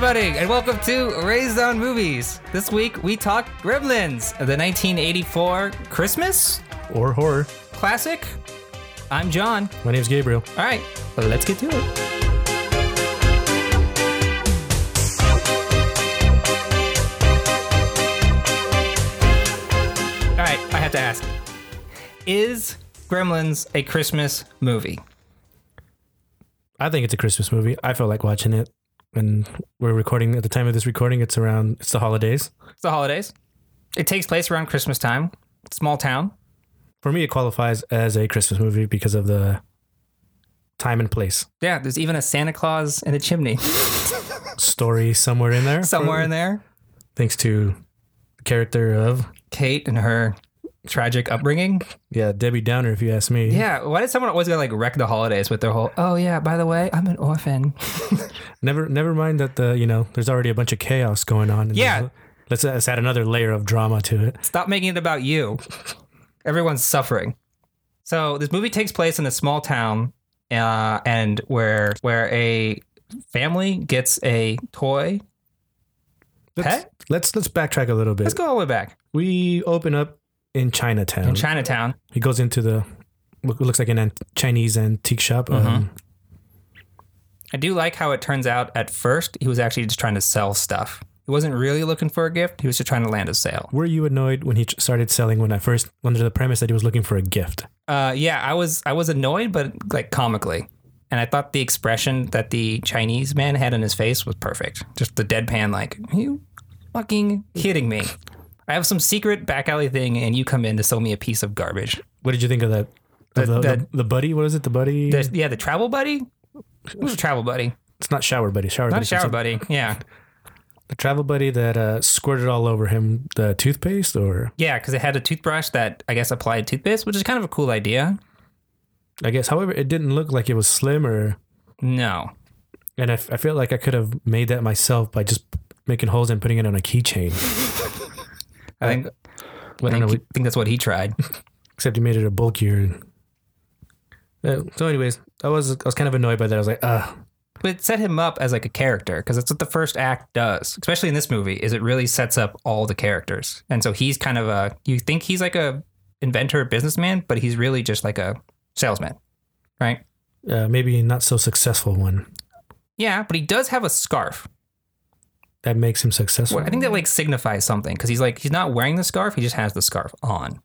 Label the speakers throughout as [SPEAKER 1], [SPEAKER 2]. [SPEAKER 1] welcome to Raised on Movies. This week we talk Gremlins, the 1984 Christmas
[SPEAKER 2] or horror.
[SPEAKER 1] classic. I'm John.
[SPEAKER 2] My name's Gabriel.
[SPEAKER 1] All right, let's get to it. All right, I have to ask Is Gremlins a Christmas movie?
[SPEAKER 2] I think it's a Christmas movie. I felt like watching it when we're recording at the time of this recording. It's around it's the holidays.
[SPEAKER 1] It's the holidays. It takes place around Christmas time, small town.
[SPEAKER 2] For me, it qualifies as a Christmas movie because of the time and place
[SPEAKER 1] Yeah, there's even a Santa Claus in a chimney
[SPEAKER 2] story somewhere in there.
[SPEAKER 1] somewhere in there.
[SPEAKER 2] Thanks to the character of
[SPEAKER 1] Kate and her tragic upbringing.
[SPEAKER 2] yeah Debbie Downer, if you ask me.
[SPEAKER 1] Yeah, why did someone always gonna like wreck the holidays with their whole? Oh yeah, by the way, I'm an orphan.
[SPEAKER 2] Never, never mind that the you know there's already a bunch of chaos going on. and
[SPEAKER 1] Yeah.
[SPEAKER 2] there's- Let's, let's add another layer of drama to it.
[SPEAKER 1] Stop making it about you. Everyone's suffering. So this movie takes place in a small town, uh, and where where a family gets a toy.
[SPEAKER 2] Let's,
[SPEAKER 1] Hey.
[SPEAKER 2] let's let's backtrack a little bit.
[SPEAKER 1] Let's go all the way back
[SPEAKER 2] We open up in Chinatown.
[SPEAKER 1] in Chinatown.
[SPEAKER 2] he goes into the what looks like an ant- Chinese antique shop.
[SPEAKER 1] Uh-huh.
[SPEAKER 2] Um,
[SPEAKER 1] I do like how it turns out. At first, he was actually just trying to sell stuff. He wasn't really looking for a gift. He was just trying to land a sale.
[SPEAKER 2] were you annoyed when he ch- started selling? When I first under the premise that he was looking for a gift.
[SPEAKER 1] Uh, yeah, I was I was annoyed, but like comically, and I thought the expression that the Chinese man had on his face was perfect. Just the deadpan, like, "Are you fucking kidding me? I have some secret back alley thing, and you come in to sell me a piece of garbage."
[SPEAKER 2] What did you think of that?
[SPEAKER 1] The-
[SPEAKER 2] Of the,
[SPEAKER 1] that-
[SPEAKER 2] the, the buddy, what is it? The buddy?
[SPEAKER 1] There's, yeah, the travel buddy. It was a travel buddy,
[SPEAKER 2] it's not shower buddy. Shower
[SPEAKER 1] not
[SPEAKER 2] buddy.
[SPEAKER 1] a
[SPEAKER 2] is
[SPEAKER 1] shower
[SPEAKER 2] something-
[SPEAKER 1] buddy. Yeah,
[SPEAKER 2] The travel buddy that uh, squirted all over him the toothpaste, or
[SPEAKER 1] yeah, because it had a toothbrush that I guess applied toothpaste, which is kind of a cool idea.
[SPEAKER 2] I guess. However, it didn't look like it was slim, or
[SPEAKER 1] No,
[SPEAKER 2] and I, f- I feel like I could have made that myself by just making holes and putting it on a keychain.
[SPEAKER 1] I think I
[SPEAKER 2] I don't
[SPEAKER 1] think,
[SPEAKER 2] know.
[SPEAKER 1] I think that's what he tried.
[SPEAKER 2] except he made it a bulkier. Uh, So, anyways, I was I was kind of annoyed by that. I was like, ah,
[SPEAKER 1] but it set him up as like a character because that's what the first act does especially in this movie is it really sets up all the characters and so he's kind of a you think he's like a inventor businessman but he's really just like a salesman right
[SPEAKER 2] uh, maybe not so successful one
[SPEAKER 1] yeah but he does have a scarf
[SPEAKER 2] that makes him successful.
[SPEAKER 1] Well, i think that like signifies something because he's like he's not wearing the scarf he just has the scarf on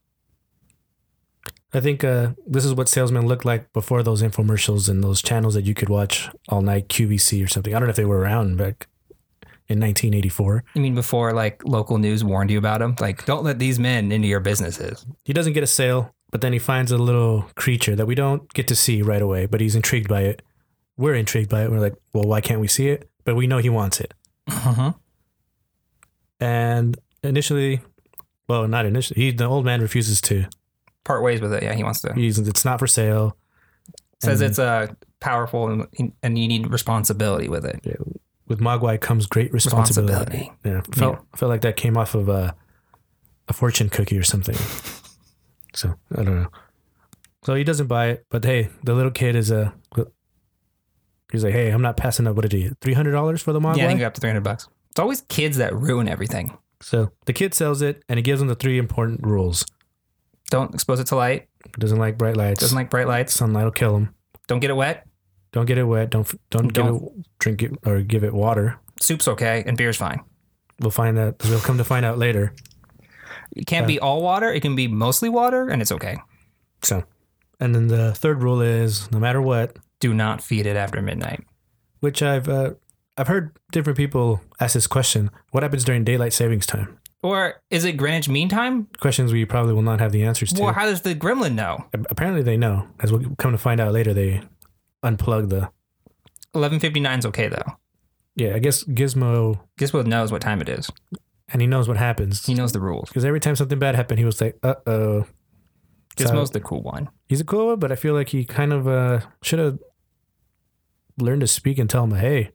[SPEAKER 2] I think uh, this is what salesmen looked like before those infomercials and those channels that you could watch all night, QVC or something. I don't know if they were around back in 1984.
[SPEAKER 1] i mean before like local news warned you about him like don't let these men into your businesses
[SPEAKER 2] He doesn't get a sale, but then he finds a little creature that we don't get to see right away, but he's intrigued by it. We're intrigued by it. We're like, well, why can't we see it? But we know he wants it.
[SPEAKER 1] uh-huh.
[SPEAKER 2] And initially, well, not initially, he, the old man refuses to.
[SPEAKER 1] part ways with it yeah he wants to
[SPEAKER 2] He's, it's not for sale.
[SPEAKER 1] says
[SPEAKER 2] And
[SPEAKER 1] it's uh, powerful and, and you need responsibility with it
[SPEAKER 2] with Mogwai comes great responsibility.
[SPEAKER 1] responsibility.
[SPEAKER 2] Yeah, felt felt like that came off of a a fortune cookie or something. so I don't know. So he doesn't buy it, but hey, the little kid is a. He's like, hey, I'm not passing up. What did he? Three hundred dollars for the Mogwai.
[SPEAKER 1] Yeah, I think up to 300 bucks. It's always kids that ruin everything.
[SPEAKER 2] so the kid sells it, and he gives him the three important rules:
[SPEAKER 1] Don't expose it to light.
[SPEAKER 2] doesn't like bright lights,
[SPEAKER 1] Doesn't like bright lights.
[SPEAKER 2] sunlight will kill him.
[SPEAKER 1] Don't get it wet.
[SPEAKER 2] Don't get it wet. Don't f- don't,
[SPEAKER 1] Don't-
[SPEAKER 2] don't it, drink it or give it water.
[SPEAKER 1] Soup's okay and beer's fine.
[SPEAKER 2] We'll find that. We'll come to find out later.
[SPEAKER 1] It can't be all water. It can be mostly water and it's okay.
[SPEAKER 2] So, and then the third rule is no matter what,
[SPEAKER 1] Do not feed it after midnight.
[SPEAKER 2] which I've uh, I've heard different people ask this question: What happens during daylight savings time?
[SPEAKER 1] Or is it Greenwich Mean Time?
[SPEAKER 2] Questions we probably will not have the answers to.
[SPEAKER 1] Well, how does the gremlin know?
[SPEAKER 2] Apparently, they know. As we'll come to find out later, they unplug the.
[SPEAKER 1] 11.59 is okay though.
[SPEAKER 2] Yeah, I guess Gizmo,
[SPEAKER 1] Guess what knows what time it is?
[SPEAKER 2] and he knows what happens
[SPEAKER 1] He knows the rules.
[SPEAKER 2] because every time something bad happened, he was like, "Uh oh."
[SPEAKER 1] Gizmo's the cool one.
[SPEAKER 2] He's a cool one, but I feel like he kind of uh, should have learned to speak and tell him, "Hey,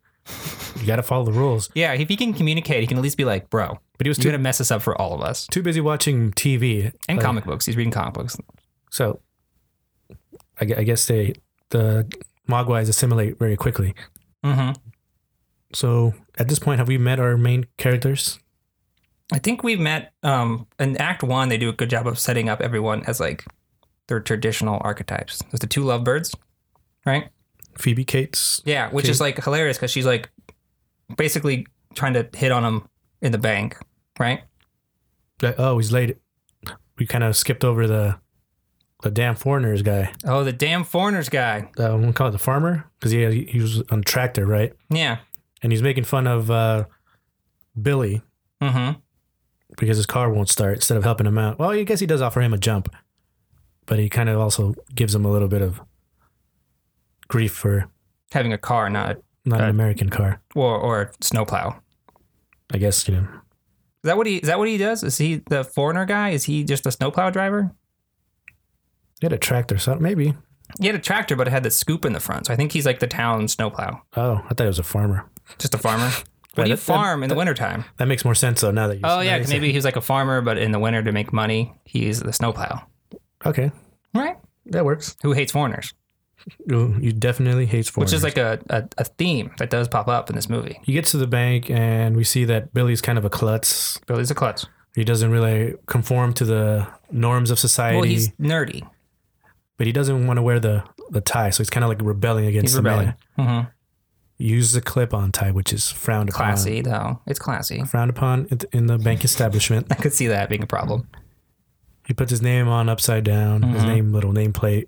[SPEAKER 2] you got to follow the rules."
[SPEAKER 1] Yeah, if he can communicate, he can at least be like, bro,
[SPEAKER 2] But he was
[SPEAKER 1] you're
[SPEAKER 2] too
[SPEAKER 1] going to mess this up for all of us.
[SPEAKER 2] too busy watching TV
[SPEAKER 1] And
[SPEAKER 2] like,
[SPEAKER 1] comic books. He's reading comic books.
[SPEAKER 2] So, I, gue- I guess they the Mogwais assimilate very quickly.
[SPEAKER 1] Mm-hmm.
[SPEAKER 2] So at this point have we met our main characters?
[SPEAKER 1] I think we've met um, in Act One. They do a good job of setting up everyone as like their traditional archetypes. There's the two lovebirds, right?
[SPEAKER 2] Phoebe, Cates.
[SPEAKER 1] Yeah, which
[SPEAKER 2] Okay.
[SPEAKER 1] is like hilarious because she's like basically trying to hit on him in the bank, right?
[SPEAKER 2] Like, oh, he's late. We kind of skipped over the the damn foreigners guy.
[SPEAKER 1] Oh, the damn foreigners guy.
[SPEAKER 2] Uh, I'm gonna call it the farmer because he he was on tractor, right?
[SPEAKER 1] Yeah.
[SPEAKER 2] And he's making fun of uh, Billy
[SPEAKER 1] Mm-hmm.
[SPEAKER 2] because his car won't start. Instead of helping him out, well, I guess he does offer him a jump, but he kind of also gives him a little bit of grief for
[SPEAKER 1] Having a car, not
[SPEAKER 2] not an
[SPEAKER 1] Right.
[SPEAKER 2] American car.
[SPEAKER 1] or or a snowplow. Is
[SPEAKER 2] I guess you know.
[SPEAKER 1] that what he is that what he does? Is he the foreigner guy? Is he just a snowplow driver?
[SPEAKER 2] He had a tractor, so maybe.
[SPEAKER 1] He had a tractor, but it had the scoop in the front. So I think he's like the town snowplow.
[SPEAKER 2] Oh, I thought it was a farmer.
[SPEAKER 1] Just a farmer.
[SPEAKER 2] Yeah,
[SPEAKER 1] What do you
[SPEAKER 2] that- that-
[SPEAKER 1] farm in the wintertime?
[SPEAKER 2] That makes more sense though. Now that you
[SPEAKER 1] Oh
[SPEAKER 2] now
[SPEAKER 1] yeah,
[SPEAKER 2] you
[SPEAKER 1] 'cause
[SPEAKER 2] say-
[SPEAKER 1] maybe he was like a farmer, but in the winter to make money, he's the snowplow.
[SPEAKER 2] okay,
[SPEAKER 1] Right?
[SPEAKER 2] that works.
[SPEAKER 1] Who hates foreigners?
[SPEAKER 2] You, you definitely hates foreigners.
[SPEAKER 1] Which is like a, a, a theme that does pop up in this movie.
[SPEAKER 2] he gets to the bank and we see that Billy's kind of a klutz.
[SPEAKER 1] Billy's a klutz.
[SPEAKER 2] He doesn't really conform to the norms of society,
[SPEAKER 1] Well, he's nerdy.
[SPEAKER 2] but he doesn't want to wear the the tie, so he's kind of like rebelling against
[SPEAKER 1] He's
[SPEAKER 2] the
[SPEAKER 1] rebelling.
[SPEAKER 2] man.
[SPEAKER 1] hmm
[SPEAKER 2] Use the clip-on tie, which is frowned upon.
[SPEAKER 1] Classy though, it's classy.
[SPEAKER 2] Frowned upon in- in the bank establishment.
[SPEAKER 1] I could see that being a problem.
[SPEAKER 2] He puts his name on upside down, his
[SPEAKER 1] Mm-hmm.
[SPEAKER 2] name little nameplate,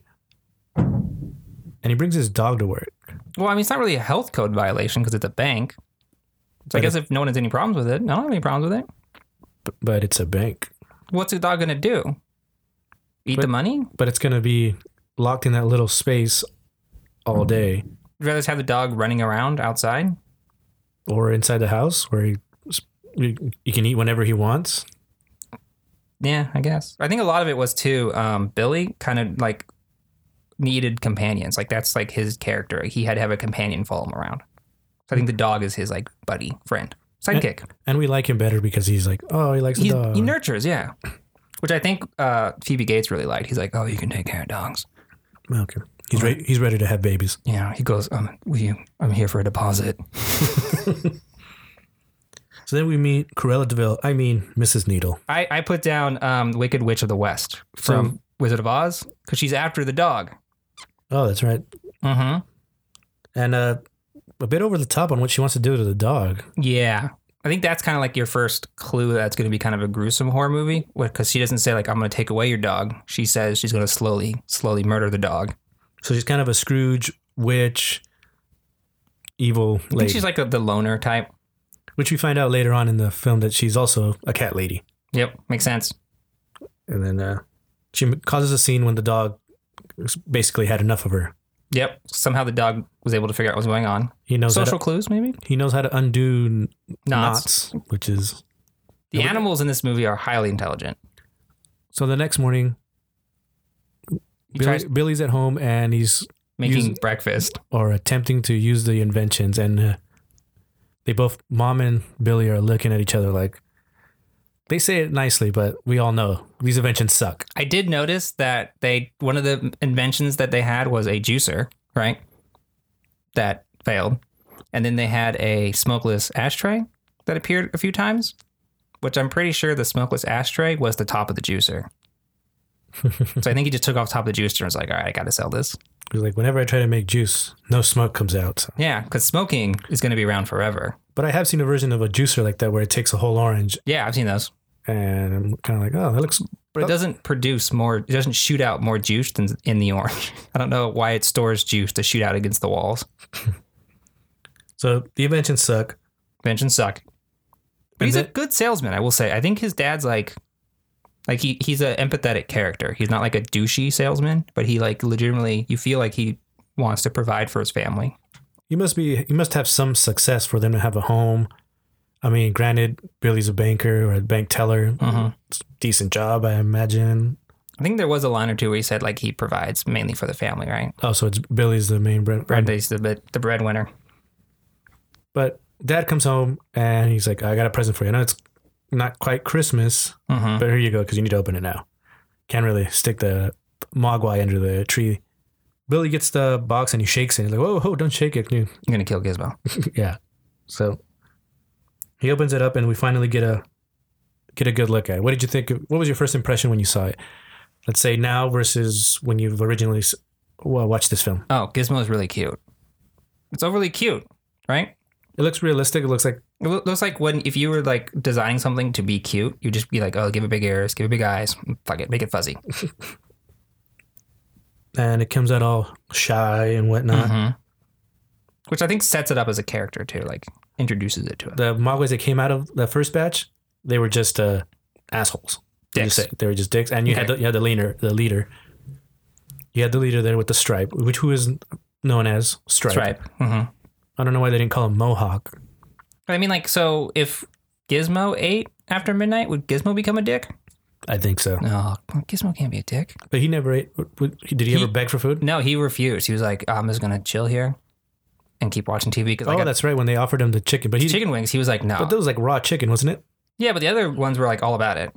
[SPEAKER 2] and he brings his dog to work.
[SPEAKER 1] Well, I mean, it's not really a health code violation because it's a bank. So I
[SPEAKER 2] But
[SPEAKER 1] guess if no one has any problems with it, I don't have any problems with it.
[SPEAKER 2] B- but it's a bank.
[SPEAKER 1] What's a dog gonna do? Eat the
[SPEAKER 2] But-
[SPEAKER 1] money? You'd
[SPEAKER 2] But it's gonna be locked in that little space all day,
[SPEAKER 1] rather just have the dog running around outside?
[SPEAKER 2] or inside the house where he he he can eat whenever he wants.
[SPEAKER 1] Yeah, I guess. I think a lot of it was too. Um, Billy kind of like needed companions. Like that's like his character. He had to have a companion follow him around. So I think the dog is his like buddy, friend, sidekick.
[SPEAKER 2] And we like him better because he's like, oh, he likes the
[SPEAKER 1] He,
[SPEAKER 2] dog.
[SPEAKER 1] he nurtures, yeah. Which I think uh, Phoebe Gates really liked. He's like, oh, you can take care of dogs.
[SPEAKER 2] okay. He's re- he's ready to have babies.
[SPEAKER 1] You know, he goes, um, will you, I'm here for a deposit.
[SPEAKER 2] So then we meet Corella Deville. I mean, Mrs. Needle.
[SPEAKER 1] I, I put down um, Wicked Witch of the West from
[SPEAKER 2] So-
[SPEAKER 1] Wizard of Oz because she's after the dog.
[SPEAKER 2] Oh, that's right.
[SPEAKER 1] Mm-hmm.
[SPEAKER 2] And uh, a bit over the top on what she wants to do to the dog.
[SPEAKER 1] Yeah. I think that's kind of like your first clue that's going to be kind of a gruesome horror movie because she doesn't say, like, I'm going to take away your dog. She says she's going to slowly, slowly murder the dog.
[SPEAKER 2] So she's kind of a Scrooge witch, evil
[SPEAKER 1] I think
[SPEAKER 2] lady.
[SPEAKER 1] she's like a, the loner type.
[SPEAKER 2] which we find out later on in the film that she's also a cat lady.
[SPEAKER 1] Yep. Makes sense.
[SPEAKER 2] And then uh, she m- causes a scene when the dog s- basically had enough of her.
[SPEAKER 1] Yep. Somehow the dog was able to figure out what's going on.
[SPEAKER 2] He knows
[SPEAKER 1] Social
[SPEAKER 2] how
[SPEAKER 1] clues, maybe?
[SPEAKER 2] to, he knows how to undo n-
[SPEAKER 1] Knots.
[SPEAKER 2] knots, which is
[SPEAKER 1] The animals in this movie are highly intelligent.
[SPEAKER 2] so. The next morning,
[SPEAKER 1] He
[SPEAKER 2] Billy,
[SPEAKER 1] tries
[SPEAKER 2] Billy's at home and he's
[SPEAKER 1] making
[SPEAKER 2] use-
[SPEAKER 1] breakfast.
[SPEAKER 2] or attempting to use the inventions, and uh, they both mom and Billy are looking at each other like they say it nicely, but we all know these inventions suck.
[SPEAKER 1] I did notice that they, one of the inventions that they had was a juicer, right? That failed. And then they had a smokeless ashtray that appeared a few times, which I'm pretty sure the smokeless ashtray was the top of the juicer. so I think he just took off top of the juicer and was like, all right, I got to sell this.
[SPEAKER 2] He's like, whenever I try to make juice, no smoke comes out. So-
[SPEAKER 1] Yeah, because smoking is going to be around forever.
[SPEAKER 2] But I have seen a version of a juicer like that where it takes a whole orange,
[SPEAKER 1] Yeah, I've seen those.
[SPEAKER 2] and I'm kind of like, oh, that looks.
[SPEAKER 1] But it doesn't produce more, it doesn't shoot out more juice than in the orange. I don't know why it stores juice to shoot out against the walls.
[SPEAKER 2] So the inventions suck.
[SPEAKER 1] Inventions suck. But
[SPEAKER 2] And
[SPEAKER 1] he's a
[SPEAKER 2] that-
[SPEAKER 1] good salesman, I will say. I think his dad's like, like he he's an empathetic character. He's not like a douchey salesman, but he like legitimately, you feel like he wants to provide for his family.
[SPEAKER 2] You must be. You must have some success for them to have a home. I mean, granted, Billy's a banker or a bank teller.
[SPEAKER 1] Mhm.
[SPEAKER 2] It's a decent job, I imagine.
[SPEAKER 1] I think there was a line or two where he said like he provides mainly for the family, right?
[SPEAKER 2] Oh, so it's Billy's the main bread.
[SPEAKER 1] Brad is the bit- the breadwinner.
[SPEAKER 2] But dad comes home and he's like, "I got a present for you." I know it's not quite Christmas,
[SPEAKER 1] Mhm.
[SPEAKER 2] but here you go because you need to open it now. Can't really stick the mogwai under the tree. Billy gets the box and he shakes it. He's like, "Whoa, whoa, don't shake it!" dude."
[SPEAKER 1] I'm gonna kill Gizmo.
[SPEAKER 2] yeah. So He opens it up, and we finally get a get a good look at it. What did you think? Of, what was your first impression when you saw it? Let's say now versus when you've originally s- well, watched this film.
[SPEAKER 1] Oh, Gizmo is really cute. It's overly cute, right?
[SPEAKER 2] It looks realistic. It looks like
[SPEAKER 1] It loo- looks like when if you were like designing something to be cute, you'd just be like, oh, give it big ears, give it big eyes, fuck it, make it fuzzy.
[SPEAKER 2] and it comes out all shy and whatnot.
[SPEAKER 1] Mhm. Which I think sets it up as a character too, like introduces it to us.
[SPEAKER 2] The Mogwais that came out of the first batch, they were just uh, assholes. You
[SPEAKER 1] Dicks.
[SPEAKER 2] say- They were just dicks, and you had
[SPEAKER 1] Okay.
[SPEAKER 2] the, you had the leader, the leader. You had the leader there with the stripe, which who is known as Stripe.
[SPEAKER 1] Stripe. hmm
[SPEAKER 2] I don't know why they didn't call him Mohawk.
[SPEAKER 1] I mean, like, so if Gizmo ate after midnight, would Gizmo become a dick?
[SPEAKER 2] I think so,
[SPEAKER 1] No, Gizmo can't be a dick.
[SPEAKER 2] but he never ate. w- w- Did he, ever
[SPEAKER 1] He-
[SPEAKER 2] beg for food?
[SPEAKER 1] No, he refused. He was like, I'm just gonna chill here and keep watching TV because I
[SPEAKER 2] oh,
[SPEAKER 1] got
[SPEAKER 2] that's right. When they offered him the chicken, but he
[SPEAKER 1] chicken wings. He was like, no.
[SPEAKER 2] but that was like raw chicken, wasn't it?
[SPEAKER 1] yeah, but the other ones were like all about it.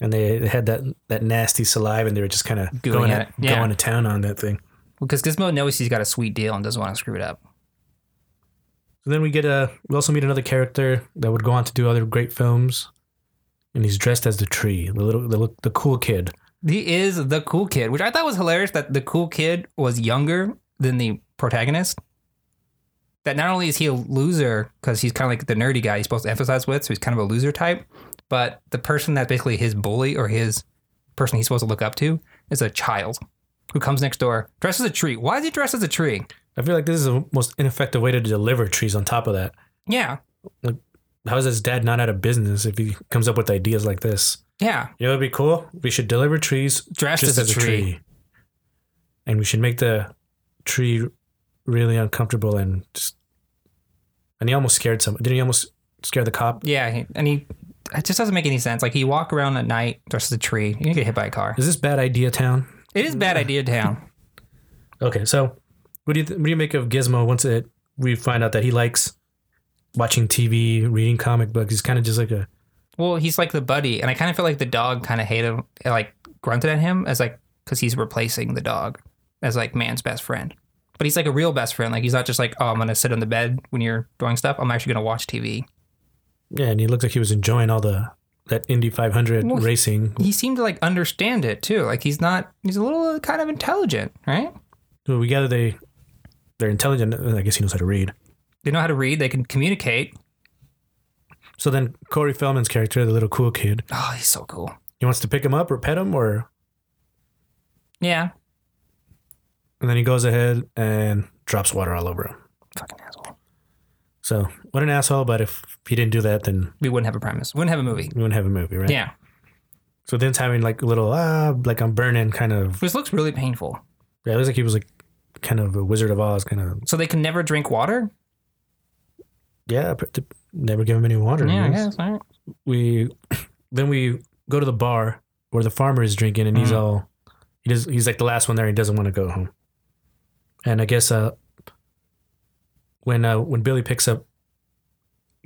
[SPEAKER 2] And they they had that that nasty saliva, and they were just kind of
[SPEAKER 1] Gooing
[SPEAKER 2] going
[SPEAKER 1] at
[SPEAKER 2] at,
[SPEAKER 1] it. Yeah.
[SPEAKER 2] going to town on that thing.
[SPEAKER 1] Because Gizmo knows he's got a sweet deal and doesn't want to screw it up.
[SPEAKER 2] So then we get a. We also meet another character that would go on to do other great films, and he's dressed as the tree, the little, the, little- the cool kid.
[SPEAKER 1] He is the cool kid, which I thought was hilarious that the cool kid was younger than the protagonist. That not only is he a loser because he's kind of like the nerdy guy he's supposed to emphasize with, so he's kind of a loser type, but the person that's basically his bully or his person he's supposed to look up to is a child who comes next door, dressed as a tree. Why is he dressed as a tree?
[SPEAKER 2] I feel like this is the most ineffective way to deliver trees. On top of that,
[SPEAKER 1] Yeah.
[SPEAKER 2] how is his dad not out of business if he comes up with ideas like this?
[SPEAKER 1] Yeah.
[SPEAKER 2] You know, it'd be cool. We should deliver trees
[SPEAKER 1] Dressed
[SPEAKER 2] just as a tree. and we should make the tree really uncomfortable and just. And he almost scared some. Didn't he almost scare the cop?
[SPEAKER 1] Yeah. he- And he, it just doesn't make any sense. Like he walk around at night dressed as a tree. You're going to get hit by a car.
[SPEAKER 2] Is this bad idea town?
[SPEAKER 1] It is bad idea town.
[SPEAKER 2] Okay, so what do you th- what do you make of Gizmo once it we find out that he likes watching TV, reading comic books? He's kind of just like a
[SPEAKER 1] Well, he's like the buddy, and I kind of feel like the dog kind of hated him, like grunted at him as like because he's replacing the dog as like man's best friend. But he's like a real best friend. Like he's not just like, oh, I'm gonna sit on the bed when you're doing stuff. I'm actually gonna watch TV.
[SPEAKER 2] yeah, and he looked like he was enjoying all the that Indy 500
[SPEAKER 1] Well, he-
[SPEAKER 2] racing.
[SPEAKER 1] He seemed to like understand it too. Like he's not. He's a little kind of intelligent, right?
[SPEAKER 2] Well, we gather they they're intelligent. and I guess he knows how to read.
[SPEAKER 1] They know how to read. They can communicate.
[SPEAKER 2] So then Corey Feldman's character, the little cool kid,
[SPEAKER 1] Oh, he's so cool.
[SPEAKER 2] he wants to pick him up or pet him, or
[SPEAKER 1] Yeah.
[SPEAKER 2] and then he goes ahead and drops water all over him.
[SPEAKER 1] Fucking asshole.
[SPEAKER 2] So what an asshole! But if he didn't do that, then
[SPEAKER 1] We wouldn't have a premise. Wouldn't have a movie.
[SPEAKER 2] we wouldn't have a movie, right?
[SPEAKER 1] Yeah.
[SPEAKER 2] So then it's having like a little ah, like I'm burning kind of
[SPEAKER 1] This looks really painful.
[SPEAKER 2] Yeah, it looks like he was like kind of a Wizard of Oz, kind of.
[SPEAKER 1] So they can never drink water.
[SPEAKER 2] Yeah, but to never give him any water.
[SPEAKER 1] Yeah, I
[SPEAKER 2] you know?
[SPEAKER 1] guess. All right.
[SPEAKER 2] We then we go to the bar where the farmer is drinking, and he's
[SPEAKER 1] Mhm.
[SPEAKER 2] all he does. He's like the last one there. He doesn't want to go home. And I guess uh, when uh, when Billy picks up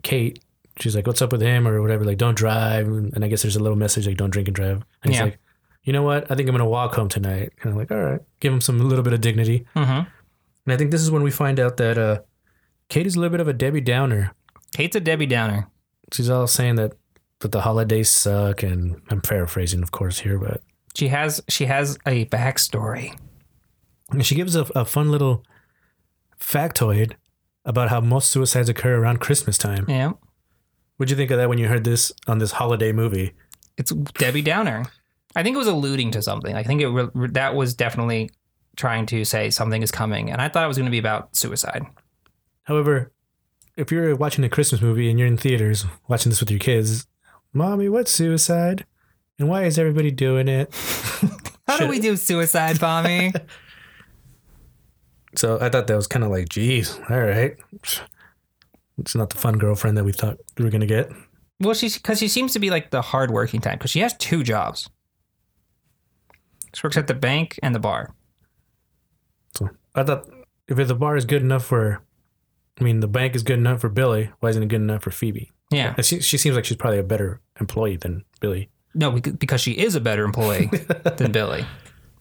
[SPEAKER 2] Kate, she's like, "What's up with him?" or whatever. Like, don't drive. And I guess there's a little message like, "Don't drink and drive." And he's
[SPEAKER 1] Yeah.
[SPEAKER 2] like, "You know what? I think I'm gonna walk home tonight." And I'm like, "All right, give him some a little bit of dignity."
[SPEAKER 1] Mm-hmm.
[SPEAKER 2] And I think this is when we find out that uh, Kate is a little bit of a Debbie Downer.
[SPEAKER 1] Kate's a Debbie Downer.
[SPEAKER 2] She's all saying that that the holidays suck, and I'm paraphrasing, of course, here, but
[SPEAKER 1] She has she has a backstory.
[SPEAKER 2] and she gives a, a fun little factoid about how most suicides occur around Christmas time.
[SPEAKER 1] Yeah.
[SPEAKER 2] What'd you think of that when you heard this on this holiday movie?
[SPEAKER 1] It's Debbie Downer. I think it was alluding to something. I think it re- re- that was definitely trying to say something is coming and I thought it was going to be about suicide.
[SPEAKER 2] However, if you're watching a Christmas movie and you're in theaters watching this with your kids, mommy, what's suicide? And why is everybody doing it?
[SPEAKER 1] How
[SPEAKER 2] Shit.
[SPEAKER 1] do we do suicide bombing?
[SPEAKER 2] So I thought that was kind of like, geez, all right. It's not the fun girlfriend that we thought we were going to get.
[SPEAKER 1] well, she's cuz she seems to be like the hardworking type cuz she has two jobs. She works at the bank and the bar.
[SPEAKER 2] So I thought if the bar is good enough for, I mean, the bank is good enough for Billy, why isn't it good enough for Phoebe?
[SPEAKER 1] Yeah.
[SPEAKER 2] And she, she seems like she's probably a better employee than Billy.
[SPEAKER 1] No, bec- because she is a better employee than Billy.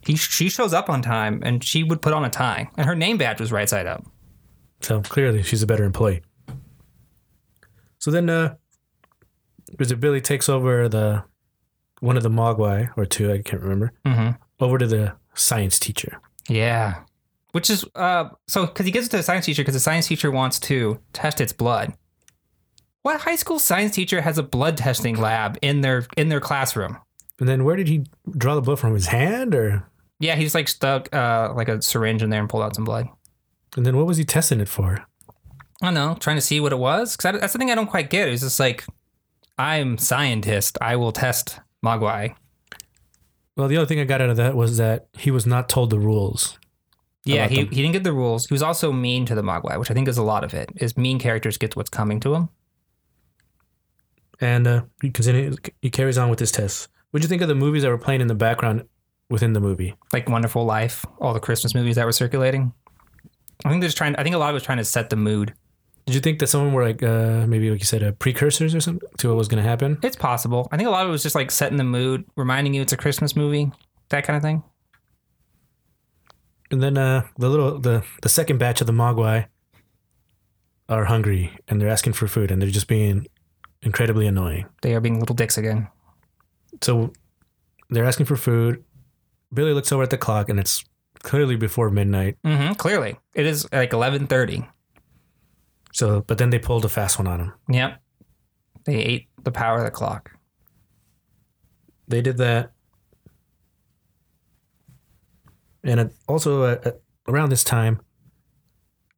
[SPEAKER 1] He, she shows up on time and she would put on a tie and her name badge was right side up.
[SPEAKER 2] So clearly she's a better employee. So then, uh, because Billy takes over the one of the Mogwai or two, I can't remember,
[SPEAKER 1] Mm-hmm.
[SPEAKER 2] over to the science teacher.
[SPEAKER 1] Yeah. Which is uh, so because he gives it to the science teacher because the science teacher wants to test its blood. What high school science teacher has a blood testing lab in their in their classroom?
[SPEAKER 2] And then, where did he draw the blood from? His hand, or
[SPEAKER 1] Yeah, he just like stuck uh, like a syringe in there and pulled out some blood.
[SPEAKER 2] and then what was he testing it for?
[SPEAKER 1] I don't know, trying to see what it was. Because that's the thing I don't quite get. It's just like, I'm scientist. I will test Mogwai.
[SPEAKER 2] Well, the other thing I got out of that was that he was not told the rules.
[SPEAKER 1] Yeah,
[SPEAKER 2] about
[SPEAKER 1] he, he
[SPEAKER 2] them.
[SPEAKER 1] didn't get the rules. He was also mean to the Mogwai, which I think is a lot of it. Is mean characters get what's coming to them.
[SPEAKER 2] And uh, he continues. He carries on with his tests. What'd you think of the movies that were playing in the background within the movie?
[SPEAKER 1] Like Wonderful Life, all the Christmas movies that were circulating. I think they're just trying. I think a lot of it was trying to set the mood.
[SPEAKER 2] Did you think that some of them were like uh, maybe like you said uh, precursors or something to what was going to happen?
[SPEAKER 1] It's possible. I think a lot of it was just like setting the mood, reminding you it's a Christmas movie, that kind of thing.
[SPEAKER 2] And then uh, the little the the second batch of the Mogwai are hungry and they're asking for food and they're just being incredibly annoying.
[SPEAKER 1] They are being little dicks again.
[SPEAKER 2] So they're asking for food. Billy looks over at the clock and it's clearly before midnight.
[SPEAKER 1] hmm clearly, it is like eleven thirty.
[SPEAKER 2] So but then they pulled a fast one on him.
[SPEAKER 1] Yep. They ate the power of the clock.
[SPEAKER 2] They did that. And it- also uh, uh, around this time,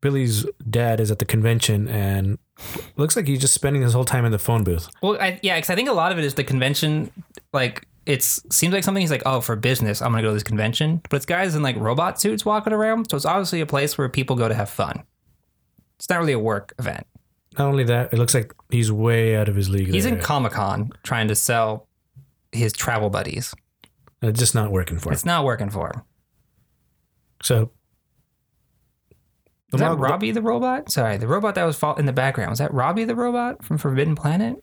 [SPEAKER 2] Billy's dad is at the convention and looks like he's just spending his whole time in the phone booth.
[SPEAKER 1] Well, I, yeah, because I think a lot of it is the convention. Like, it's seems like something he's like, oh, for business, I'm gonna go to this convention. But it's guys in like robot suits walking around, so it's obviously a place where people go to have fun. It's not really a work event.
[SPEAKER 2] Not only that, it looks like he's way out of his league.
[SPEAKER 1] He's in
[SPEAKER 2] there.
[SPEAKER 1] Comic Con trying to sell his travel buddies.
[SPEAKER 2] It's just not working for him.
[SPEAKER 1] It's not working for him.
[SPEAKER 2] So the
[SPEAKER 1] Is that
[SPEAKER 2] Mog-
[SPEAKER 1] Robbie the robot? Sorry, the robot that was fal- in the background was that Robbie the robot from Forbidden Planet,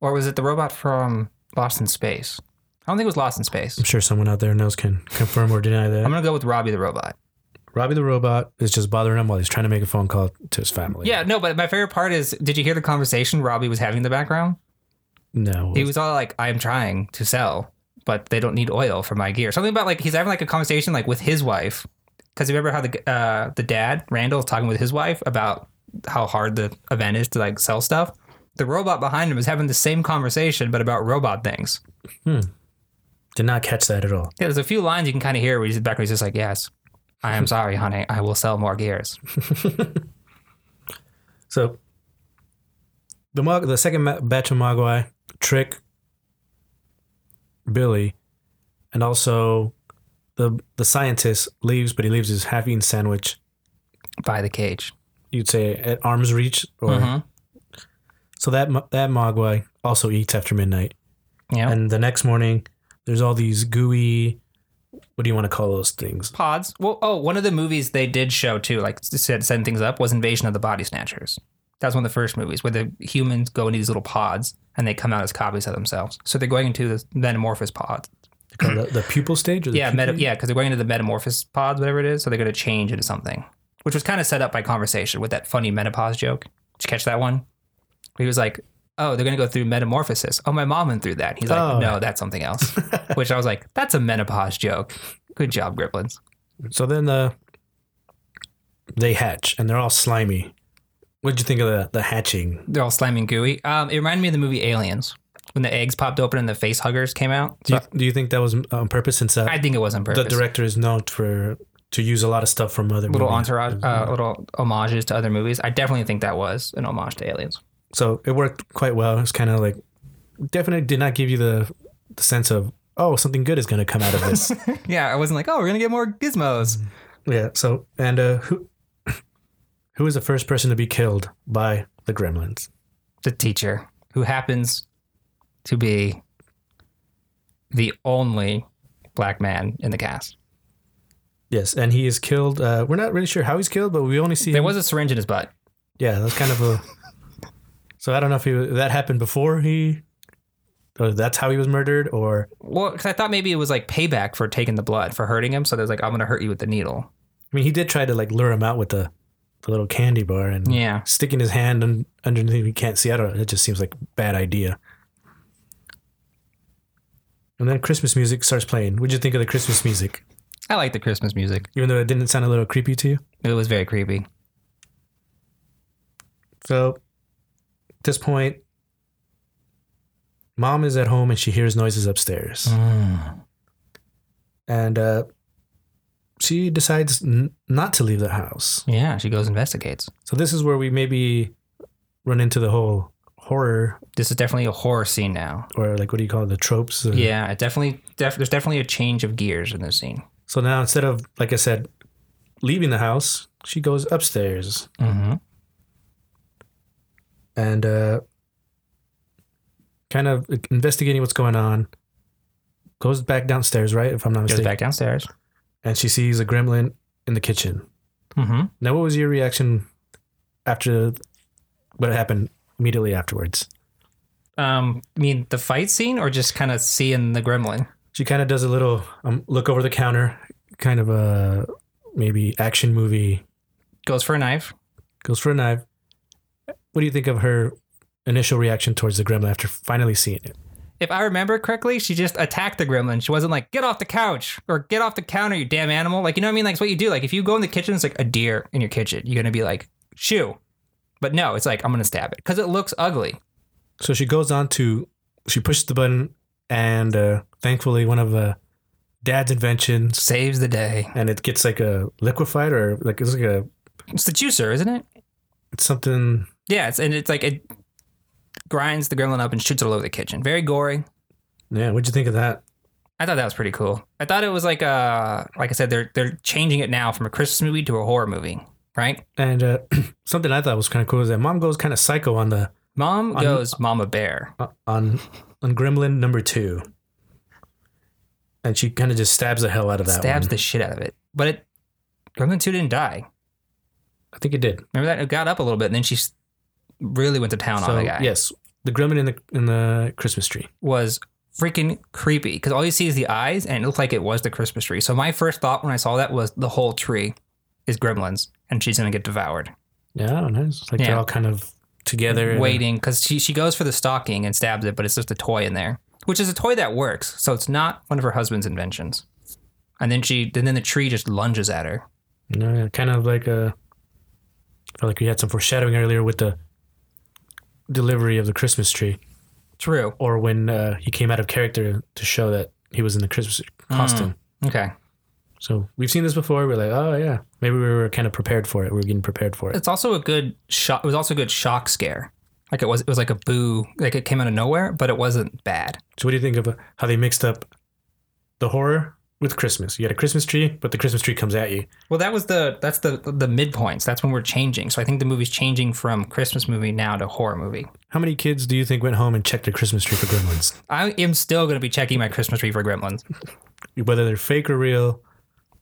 [SPEAKER 1] or was it the robot from Lost in Space? I don't think it was Lost in Space.
[SPEAKER 2] I'm sure someone out there knows can confirm or deny that.
[SPEAKER 1] I'm gonna go with Robbie the robot.
[SPEAKER 2] Robbie the robot is just bothering him while he's trying to make a phone call to his family.
[SPEAKER 1] Yeah, no, but my favorite part is did you hear the conversation Robbie was having in the background?
[SPEAKER 2] No.
[SPEAKER 1] He was all like, I am trying to sell, but they don't need oil for my gear. Something about like he's having like a conversation like with his wife. Cause you remember how the uh, the dad, Randall, is talking with his wife about how hard the event is to like sell stuff. The robot behind him is having the same conversation, but about robot things.
[SPEAKER 2] Did not catch that at all.
[SPEAKER 1] Yeah, there's a few lines you can kind of hear where he's in the background. He's just like, "Yes, I am sorry, honey. I will sell more gears."
[SPEAKER 2] So the Mog- the second ma- batch of Mogwai trick Billy, and also the the scientist leaves, but he leaves his half-eaten sandwich.
[SPEAKER 1] Buy the cage.
[SPEAKER 2] You'd say at arm's reach, or
[SPEAKER 1] Mhm.
[SPEAKER 2] so that mo- that Mogwai also eats after midnight,
[SPEAKER 1] Yeah,
[SPEAKER 2] and the next morning there's all these gooey. What do you want to call those things?
[SPEAKER 1] pods. Well, oh, one of the movies they did show too, like said, send things up, was Invasion of the Body Snatchers. That was one of the first movies where the humans go into these little pods and they come out as copies of themselves. So they're going into the metamorphosis pods.
[SPEAKER 2] They call it uh, the, the pupil stage? Or the
[SPEAKER 1] Yeah,
[SPEAKER 2] pupil-
[SPEAKER 1] meta, yeah, because they're going into the metamorphosis pods, whatever it is. So they're going to change into something, which was kind of set up by conversation with that funny menopause joke. Did you catch that one? He was like, "Oh, they're going to go through metamorphosis. Oh, my mom went through that." He's like,
[SPEAKER 2] Oh.
[SPEAKER 1] "No, that's something else." which I was like, "That's a menopause joke." Good job, Gremlins.
[SPEAKER 2] So then the they hatch and they're all slimy. What'd you think of the, the hatching?
[SPEAKER 1] They're all slimy and gooey. Um, it reminded me of the movie Aliens when the eggs popped open and the face huggers came out.
[SPEAKER 2] Do you, do you think that was on purpose since uh,
[SPEAKER 1] I think it was on
[SPEAKER 2] the
[SPEAKER 1] purpose.
[SPEAKER 2] director is known for to use a lot of stuff from other
[SPEAKER 1] little
[SPEAKER 2] movies?
[SPEAKER 1] entourage, uh, little homages to other movies. I definitely think that was an homage to Aliens.
[SPEAKER 2] So it worked quite well. It's kind of like definitely did not give you the the sense of oh something good is going to come out of this.
[SPEAKER 1] Yeah, I wasn't like, oh, we're gonna get more gizmos.
[SPEAKER 2] yeah. So and uh, who who is the first person to be killed by the gremlins?
[SPEAKER 1] The teacher who happens to be the only black man in the cast.
[SPEAKER 2] Yes, and he is killed. Uh, we're not really sure how he's killed, but we only see
[SPEAKER 1] There
[SPEAKER 2] him-
[SPEAKER 1] was a syringe in his butt.
[SPEAKER 2] Yeah, that's kind of a. so I don't know if he, that happened before he, or that's how he was murdered, or
[SPEAKER 1] Well, because I thought maybe it was like payback for taking the blood for hurting him. So there's like, I'm gonna hurt you with the needle.
[SPEAKER 2] I mean, he did try to like lure him out with the the little candy bar and
[SPEAKER 1] Yeah.
[SPEAKER 2] sticking his hand un- underneath. You can't see. I don't. know. It just seems like a bad idea. And then Christmas music starts playing. What'd you think of the Christmas music?
[SPEAKER 1] I like the Christmas music.
[SPEAKER 2] Even though it didn't sound a little creepy to you.
[SPEAKER 1] It was very creepy.
[SPEAKER 2] So, at this point, mom is at home and she hears noises upstairs,
[SPEAKER 1] Mm.
[SPEAKER 2] and uh, she decides n- not to leave the house.
[SPEAKER 1] Yeah, she goes investigates.
[SPEAKER 2] So this is where we maybe run into the whole horror
[SPEAKER 1] This is definitely a horror scene now.
[SPEAKER 2] or like what do you call it, the tropes. uh,
[SPEAKER 1] Yeah, it definitely. Def, there's definitely a change of gears in this scene.
[SPEAKER 2] So now instead of like I said, leaving the house, she goes upstairs
[SPEAKER 1] Mm-hmm.
[SPEAKER 2] and uh, kind of investigating what's going on. Goes back downstairs, right? If I'm not
[SPEAKER 1] Goes
[SPEAKER 2] mistaken.
[SPEAKER 1] back downstairs.
[SPEAKER 2] and she sees a gremlin in the kitchen.
[SPEAKER 1] Mm-hmm.
[SPEAKER 2] Now, what was your reaction after what happened immediately afterwards?
[SPEAKER 1] Um, I mean the fight scene, or just kind of seeing the gremlin.
[SPEAKER 2] She kind of does a little um, look over the counter, kind of a maybe action movie,
[SPEAKER 1] Goes for a knife.
[SPEAKER 2] goes for a knife. What do you think of her initial reaction towards the gremlin after finally seeing it?
[SPEAKER 1] If I remember correctly, she just attacked the gremlin. She wasn't like, "Get off the couch" or "Get off the counter, you damn animal." Like you know what I mean? Like it's what you do. Like if you go in the kitchen, it's like a deer in your kitchen. You're gonna be like, "Shoo," but no, it's like I'm gonna stab it because it looks ugly.
[SPEAKER 2] So she goes on to, she pushes the button, and uh, thankfully, one of uh, dad's inventions,
[SPEAKER 1] Saves the day.
[SPEAKER 2] and it gets like a liquefied or like it's like a,
[SPEAKER 1] It's the juicer, isn't it?
[SPEAKER 2] it's something
[SPEAKER 1] Yeah, it's, and it's like it grinds the gremlin up and shoots it all over the kitchen. Very gory.
[SPEAKER 2] Yeah, what'd you think of that?
[SPEAKER 1] I thought that was pretty cool. I thought it was like uh like I said, they're they're changing it now from a Christmas movie to a horror movie, right?
[SPEAKER 2] And uh, something I thought was kind of cool is that mom goes kind of psycho on the
[SPEAKER 1] Mom
[SPEAKER 2] I'm-
[SPEAKER 1] goes Mama Bear.
[SPEAKER 2] on on Gremlin number two, and she kind of just stabs the hell out of that.
[SPEAKER 1] Stabs
[SPEAKER 2] one.
[SPEAKER 1] the shit out of it. But it Gremlin 2 didn't die.
[SPEAKER 2] I think it did.
[SPEAKER 1] Remember that? It got up a little bit and then she s- really went to town on
[SPEAKER 2] so
[SPEAKER 1] the guy.
[SPEAKER 2] yes, the Gremlin in the in the Christmas tree.
[SPEAKER 1] was freaking creepy because all you see is the eyes and it looked like it was the Christmas tree. So my first thought when I saw that was the whole tree is gremlins and she's gonna get devoured.
[SPEAKER 2] Yeah, nice. Like they're
[SPEAKER 1] Yeah.
[SPEAKER 2] all kind of together. and-
[SPEAKER 1] Waiting because she, she goes for the stocking and stabs it, but it's just a toy in there, which is a toy that works. So it's not one of her husband's inventions. And then she and then the tree just lunges at her.
[SPEAKER 2] No, yeah, kind of like a. I felt like we had some foreshadowing earlier with the delivery of the Christmas tree,
[SPEAKER 1] True.
[SPEAKER 2] or when uh, he came out of character to show that he was in the Christmas costume.
[SPEAKER 1] Hmm. Okay.
[SPEAKER 2] So we've seen this before. We're like, oh yeah, maybe we were kind of prepared for it. We were getting prepared for it.
[SPEAKER 1] It's also a good shock. It was also a good shock scare. Like it was, it was like a boo. Like it came out of nowhere, but it wasn't bad.
[SPEAKER 2] So what do you think of uh, how they mixed up the horror with Christmas? You had a Christmas tree, but the Christmas tree comes at you.
[SPEAKER 1] Well, that was the that's the the midpoints. That's when we're changing. So I think the movie's changing from Christmas movie now to horror movie.
[SPEAKER 2] How many kids do you think went home and checked their Christmas tree for gremlins?
[SPEAKER 1] I am still going to be checking my Christmas tree for gremlins.
[SPEAKER 2] Whether they're fake or real,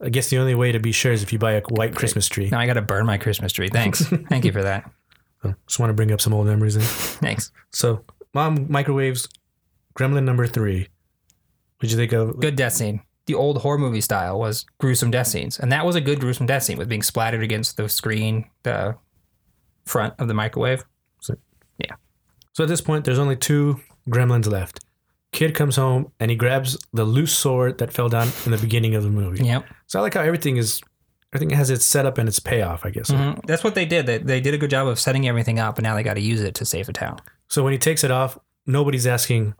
[SPEAKER 2] I guess the only way to be sure is if you buy a white Christmas tree.
[SPEAKER 1] Now I got to burn my Christmas tree. Thanks. Thank you for that.
[SPEAKER 2] So Oh, just want to bring up some old memories. In.
[SPEAKER 1] Thanks.
[SPEAKER 2] So mom microwaves Gremlin number three. What'd you think of?
[SPEAKER 1] Good death scene. The old horror movie style was gruesome death scenes, and that was a good gruesome death scene with being splattered against the screen, the front of the microwave.
[SPEAKER 2] So at this point, there's only two gremlins left. Kid comes home and he grabs the loose sword that fell down in the beginning of the movie.
[SPEAKER 1] Yep.
[SPEAKER 2] So I like how everything is, everything has its setup and its payoff, I guess.
[SPEAKER 1] Mhm. That's what they did. They, they did a good job of setting everything up, and now they got to use it to save the town.
[SPEAKER 2] So when he takes it off, nobody's asking,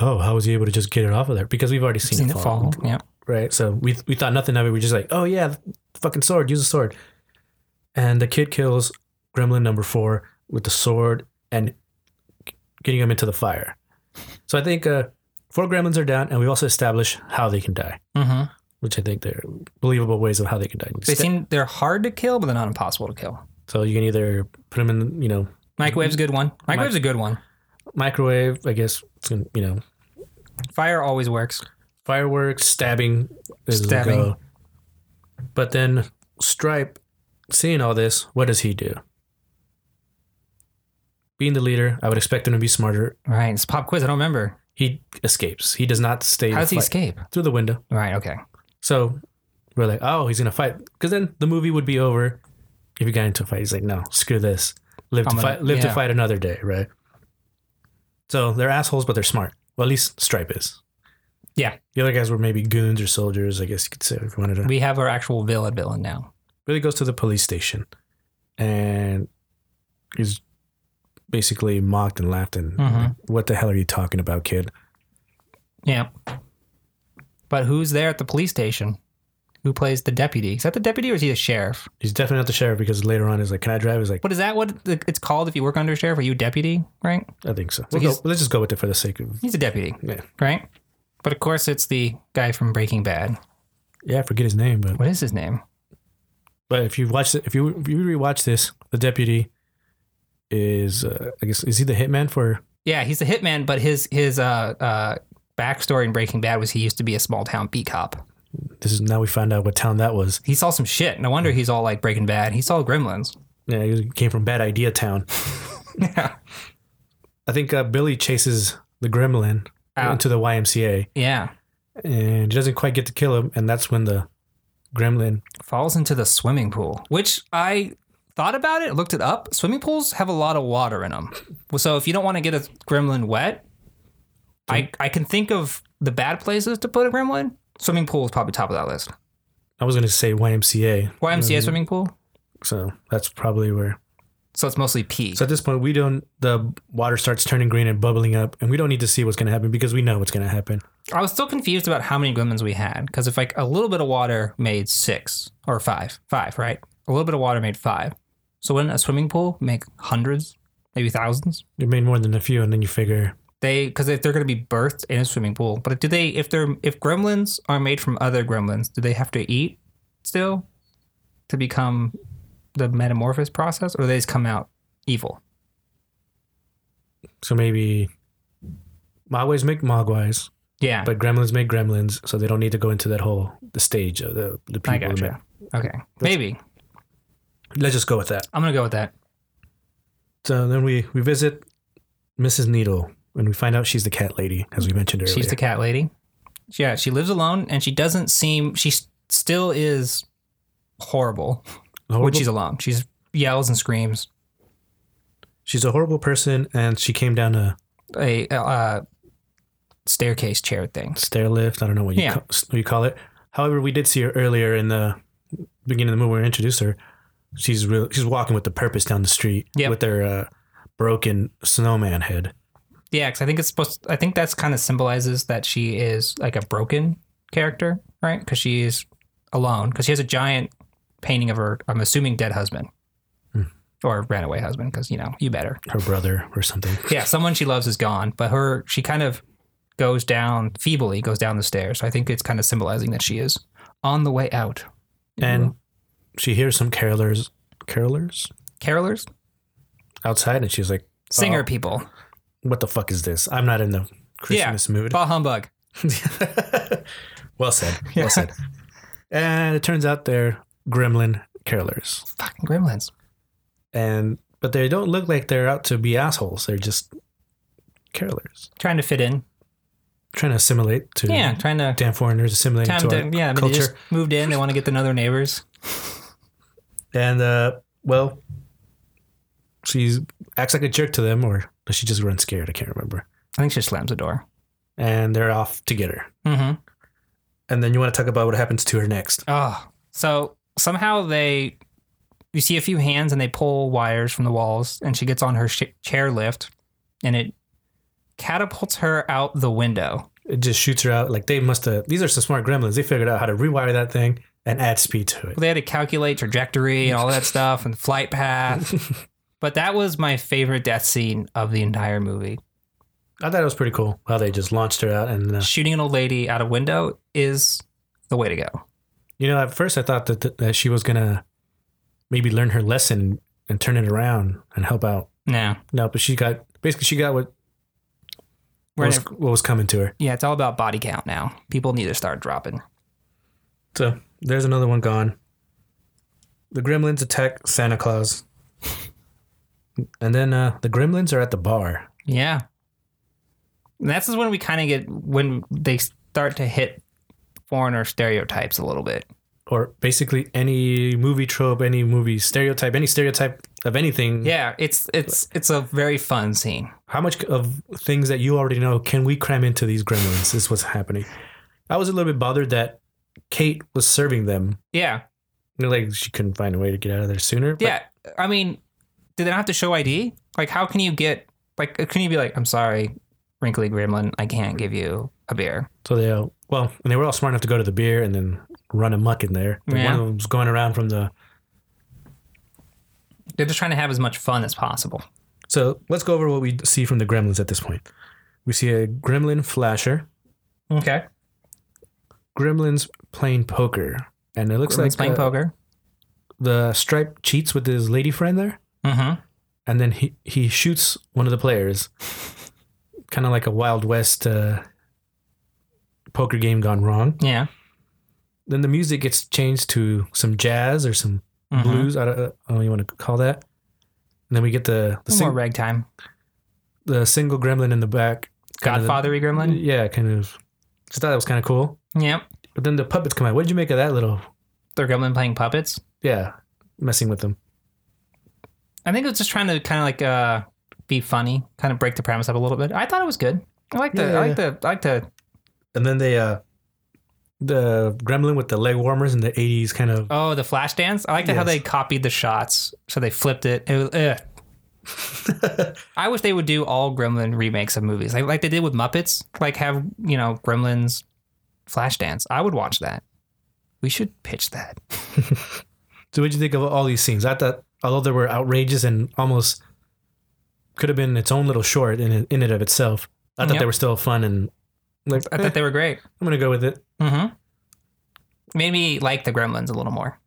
[SPEAKER 2] "Oh, how was he able to just get it off of there?" Because we've already seen,
[SPEAKER 1] Seen
[SPEAKER 2] it
[SPEAKER 1] it fall.
[SPEAKER 2] fall.
[SPEAKER 1] Yep.
[SPEAKER 2] right? So we we thought nothing of it. We're just like, "Oh yeah, fucking sword, use a sword." And the kid kills Gremlin number four with the sword and getting him into the fire. So I think uh, four gremlins are down, and we also establish how they can die,
[SPEAKER 1] Mm-hmm.
[SPEAKER 2] which I think they're believable ways of how they can die.
[SPEAKER 1] They seem they're hard to kill, but they're not impossible to kill.
[SPEAKER 2] so you can either put them in, you know,
[SPEAKER 1] Microwave's a good one. Microwave's a good one.
[SPEAKER 2] microwave. I guess it's gonna, you know
[SPEAKER 1] Fire always works.
[SPEAKER 2] fireworks stabbing. is the
[SPEAKER 1] Stabbing.
[SPEAKER 2] go. But then Stripe, seeing all this, what does he do? Being the leader, I would expect him to be smarter.
[SPEAKER 1] All Right. It's a pop quiz. I don't remember.
[SPEAKER 2] He escapes. He does not stay.
[SPEAKER 1] How
[SPEAKER 2] to
[SPEAKER 1] does he
[SPEAKER 2] fight.
[SPEAKER 1] escape?
[SPEAKER 2] Through the window.
[SPEAKER 1] All Right. Okay.
[SPEAKER 2] So we're like, oh, he's gonna fight. Because then the movie would be over, if he got into a fight, he's like, no, screw this. Live to
[SPEAKER 1] I'm gonna-
[SPEAKER 2] fight. Live to
[SPEAKER 1] yeah.
[SPEAKER 2] fight another day, right? So they're assholes, but they're smart. Well, at least Stripe is.
[SPEAKER 1] Yeah.
[SPEAKER 2] The other guys were maybe goons or soldiers, I guess you could say if you wanted to.
[SPEAKER 1] We have our actual villain villain now.
[SPEAKER 2] Billy goes to the police station, and he's basically mocked and laughed and
[SPEAKER 1] Mhm.
[SPEAKER 2] what the hell are you talking about, kid?
[SPEAKER 1] Yeah. But who's there at the police station? Who plays the deputy? Is that the deputy or is he the sheriff?
[SPEAKER 2] He's definitely not the sheriff because later on he's like, "Can I drive?" He's like,
[SPEAKER 1] What is that? What it's called if you work under a sheriff? Are you deputy? Right?
[SPEAKER 2] "I think so." We'll
[SPEAKER 1] he's-
[SPEAKER 2] go- let's just go with it for the sake of
[SPEAKER 1] He's a deputy,
[SPEAKER 2] yeah.
[SPEAKER 1] right? But of course, it's the guy from Breaking Bad.
[SPEAKER 2] Yeah, I forget his name, but
[SPEAKER 1] What is his name?
[SPEAKER 2] but if you watch it, if you if you rewatch this, the deputy is uh, I guess is he the hitman for?
[SPEAKER 1] Yeah, he's a hitman, but his his uh, uh, backstory in Breaking Bad was he used to be a small town beat cop.
[SPEAKER 2] This is now we find out what town that was.
[SPEAKER 1] He saw some shit. No wonder he's all like Breaking Bad. He saw Gremlins.
[SPEAKER 2] Yeah, he came from Bad Idea Town.
[SPEAKER 1] yeah,
[SPEAKER 2] I think uh, Billy chases the gremlin
[SPEAKER 1] Ah.
[SPEAKER 2] into the YMCA.
[SPEAKER 1] yeah.
[SPEAKER 2] and he doesn't quite get to kill him, and that's when the gremlin.
[SPEAKER 1] Falls into the swimming pool, which I thought about it, looked it up. Swimming pools have a lot of water in them, so if you don't want to get a gremlin wet, I I can think of the bad places to put a gremlin. Swimming pool is probably top of that list.
[SPEAKER 2] I was gonna say YMCA,
[SPEAKER 1] YMCA swimming pool.
[SPEAKER 2] so that's probably where.
[SPEAKER 1] So it's mostly pee.
[SPEAKER 2] So at this point, we don't. The water starts turning green and bubbling up, and we don't need to see what's gonna happen because we know what's gonna happen.
[SPEAKER 1] I was still confused about how many gremlins we had because if like a little bit of water made six or five, five, right? A little bit of water made five. So wouldn't a swimming pool make hundreds, maybe thousands?
[SPEAKER 2] You made more than a few, and then you figure
[SPEAKER 1] They because if they're going to be birthed in a swimming pool, but do they if they're if gremlins are made from other gremlins, do they have to eat still to become the metamorphosis process, or they just come out evil?
[SPEAKER 2] so maybe. Mogwais make mogwais,
[SPEAKER 1] Yeah,
[SPEAKER 2] but gremlins make gremlins, so they don't need to go into that whole the stage of the the people.
[SPEAKER 1] I gotcha. Okay, maybe
[SPEAKER 2] Let's just go with that.
[SPEAKER 1] I'm gonna go with that.
[SPEAKER 2] So then we we visit Mrs. Needle, and we find out she's the cat lady, as we mentioned earlier.
[SPEAKER 1] She's the cat lady. Yeah, she lives alone and she doesn't seem she s- still is horrible, when
[SPEAKER 2] Horrible
[SPEAKER 1] she's alone. She's yells and screams.
[SPEAKER 2] She's a horrible person, and she came down a
[SPEAKER 1] A uh, uh, staircase chair thing.
[SPEAKER 2] stair lift. I don't know what you,
[SPEAKER 1] Yeah.
[SPEAKER 2] ca- what you call it. However, we did see her earlier in the beginning of the movie. We introduced her. She's real. She's walking with the purpose down the street
[SPEAKER 1] Yep.
[SPEAKER 2] with her uh, broken snowman head.
[SPEAKER 1] Yeah, because I think it's supposed. I think that's kind of symbolizes that she is like a broken character, right? Because she is alone. Because she has a giant painting of her. I'm assuming dead husband
[SPEAKER 2] Hmm.
[SPEAKER 1] or runaway husband. Because you know you better.
[SPEAKER 2] Her brother or something.
[SPEAKER 1] yeah, someone she loves is gone, but her she kind of goes down feebly, goes down the stairs. So I think it's kind of symbolizing that she is on the way out.
[SPEAKER 2] And she hears some carolers, carolers
[SPEAKER 1] Carolers,
[SPEAKER 2] outside, and she's like,
[SPEAKER 1] singer
[SPEAKER 2] "Oh,
[SPEAKER 1] people,
[SPEAKER 2] what the fuck is this? I'm not in the Christmas mood."
[SPEAKER 1] bah humbug.
[SPEAKER 2] well said. Well said. And it turns out they're gremlin carolers.
[SPEAKER 1] Fucking gremlins.
[SPEAKER 2] and but they don't look like they're out to be assholes. They're just carolers
[SPEAKER 1] Trying to fit in.
[SPEAKER 2] trying to assimilate to
[SPEAKER 1] Yeah, trying to
[SPEAKER 2] damn foreigners assimilating
[SPEAKER 1] time to,
[SPEAKER 2] to
[SPEAKER 1] yeah,
[SPEAKER 2] our
[SPEAKER 1] I mean, they
[SPEAKER 2] culture.
[SPEAKER 1] just moved in, they want to get to know their neighbors.
[SPEAKER 2] And uh, well, she acts like a jerk to them, or does she just run scared? I can't remember.
[SPEAKER 1] I think she slams the door.
[SPEAKER 2] And they're off to get her.
[SPEAKER 1] Mm-hmm.
[SPEAKER 2] And then you want to talk about what happens to her next.
[SPEAKER 1] Oh. So somehow they you see a few hands and they pull wires from the walls and she gets on her sh- chair lift and it catapults her out the window.
[SPEAKER 2] It just shoots her out. Like they must have. These are some smart gremlins. They figured out how to rewire that thing and add speed to it.
[SPEAKER 1] Well, they had to calculate trajectory and all that stuff and flight path. but that was my favorite death scene of the entire movie.
[SPEAKER 2] I thought it was pretty cool how they just launched her out and uh,
[SPEAKER 1] Shooting an old lady out a window is the way to go.
[SPEAKER 2] You know, at first I thought that, that, that she was gonna maybe learn her lesson and turn it around and help out.
[SPEAKER 1] No.
[SPEAKER 2] No, but she got basically she got what what
[SPEAKER 1] We're
[SPEAKER 2] was,
[SPEAKER 1] in
[SPEAKER 2] what was coming to her.
[SPEAKER 1] yeah, it's all about body count now. People need to start dropping.
[SPEAKER 2] So there's another one gone. The gremlins attack Santa Claus, and then uh, the gremlins are at the bar.
[SPEAKER 1] Yeah. And that's is when we kind of get when they start to hit foreigner stereotypes a little bit.
[SPEAKER 2] or basically any movie trope, any movie stereotype, any stereotype of anything.
[SPEAKER 1] Yeah, it's it's it's a very fun scene.
[SPEAKER 2] How much of things that you already know can we cram into these gremlins? is what's happening. I was a little bit bothered that Kate was serving them.
[SPEAKER 1] Yeah,
[SPEAKER 2] You know, Like she couldn't find a way to get out of there sooner. but-
[SPEAKER 1] yeah. I mean, did they not have to show ID? Like, how can you get like? uh, Can you be like, I'm sorry, wrinkly gremlin, I can't give you a beer.
[SPEAKER 2] So they all, well, and they were all smart enough to go to the beer and then run amuck in there. Like,
[SPEAKER 1] Yeah.
[SPEAKER 2] One of them was going around from the.
[SPEAKER 1] They're just trying to have as much fun as possible.
[SPEAKER 2] So let's go over what we see from the gremlins at this point. We see a gremlin flasher,
[SPEAKER 1] Okay,
[SPEAKER 2] gremlins playing poker, and it looks
[SPEAKER 1] Gremlins
[SPEAKER 2] like
[SPEAKER 1] playing
[SPEAKER 2] uh,
[SPEAKER 1] poker.
[SPEAKER 2] the stripe cheats with his lady friend there,
[SPEAKER 1] Mm-hmm.
[SPEAKER 2] and then he he shoots one of the players, kind of like a Wild West uh, poker game gone wrong.
[SPEAKER 1] Yeah.
[SPEAKER 2] Then the music gets changed to some jazz or some
[SPEAKER 1] Mhm.
[SPEAKER 2] blues. I don't, I don't know what you want to call that. And then we get the the,
[SPEAKER 1] More
[SPEAKER 2] sing,
[SPEAKER 1] ragtime.
[SPEAKER 2] the single gremlin in the back. kind of the-
[SPEAKER 1] Godfathery gremlin.
[SPEAKER 2] Yeah, kind of. Just thought that was kind of cool.
[SPEAKER 1] Yep.
[SPEAKER 2] But then the puppets come out. What did you make of that little?
[SPEAKER 1] They're gremlin playing puppets.
[SPEAKER 2] Yeah, messing with them.
[SPEAKER 1] I think it was just trying to kind of like uh, be funny, kind of break the premise up a little bit. I thought it was good. I like the,
[SPEAKER 2] Yeah,
[SPEAKER 1] I like the, I like the.
[SPEAKER 2] And then they uh, the gremlin with the leg warmers in the '80s kind of.
[SPEAKER 1] Oh, the flash dance. I liked how
[SPEAKER 2] Yes.
[SPEAKER 1] they copied the shots, so they flipped it. It was. Ugh. I wish they would do all Gremlin remakes of movies, like like they did with Muppets. Like have you know Gremlins, Flashdance. I would watch that. We should pitch that.
[SPEAKER 2] So what would you think of all these scenes? I thought, although they were outrageous and almost could have been its own little short in in it of itself, I thought
[SPEAKER 1] Yep.
[SPEAKER 2] they were still fun and like
[SPEAKER 1] I
[SPEAKER 2] eh,
[SPEAKER 1] thought they were great.
[SPEAKER 2] I'm gonna go with it.
[SPEAKER 1] Mm-hmm. Made me like the Gremlins a little more.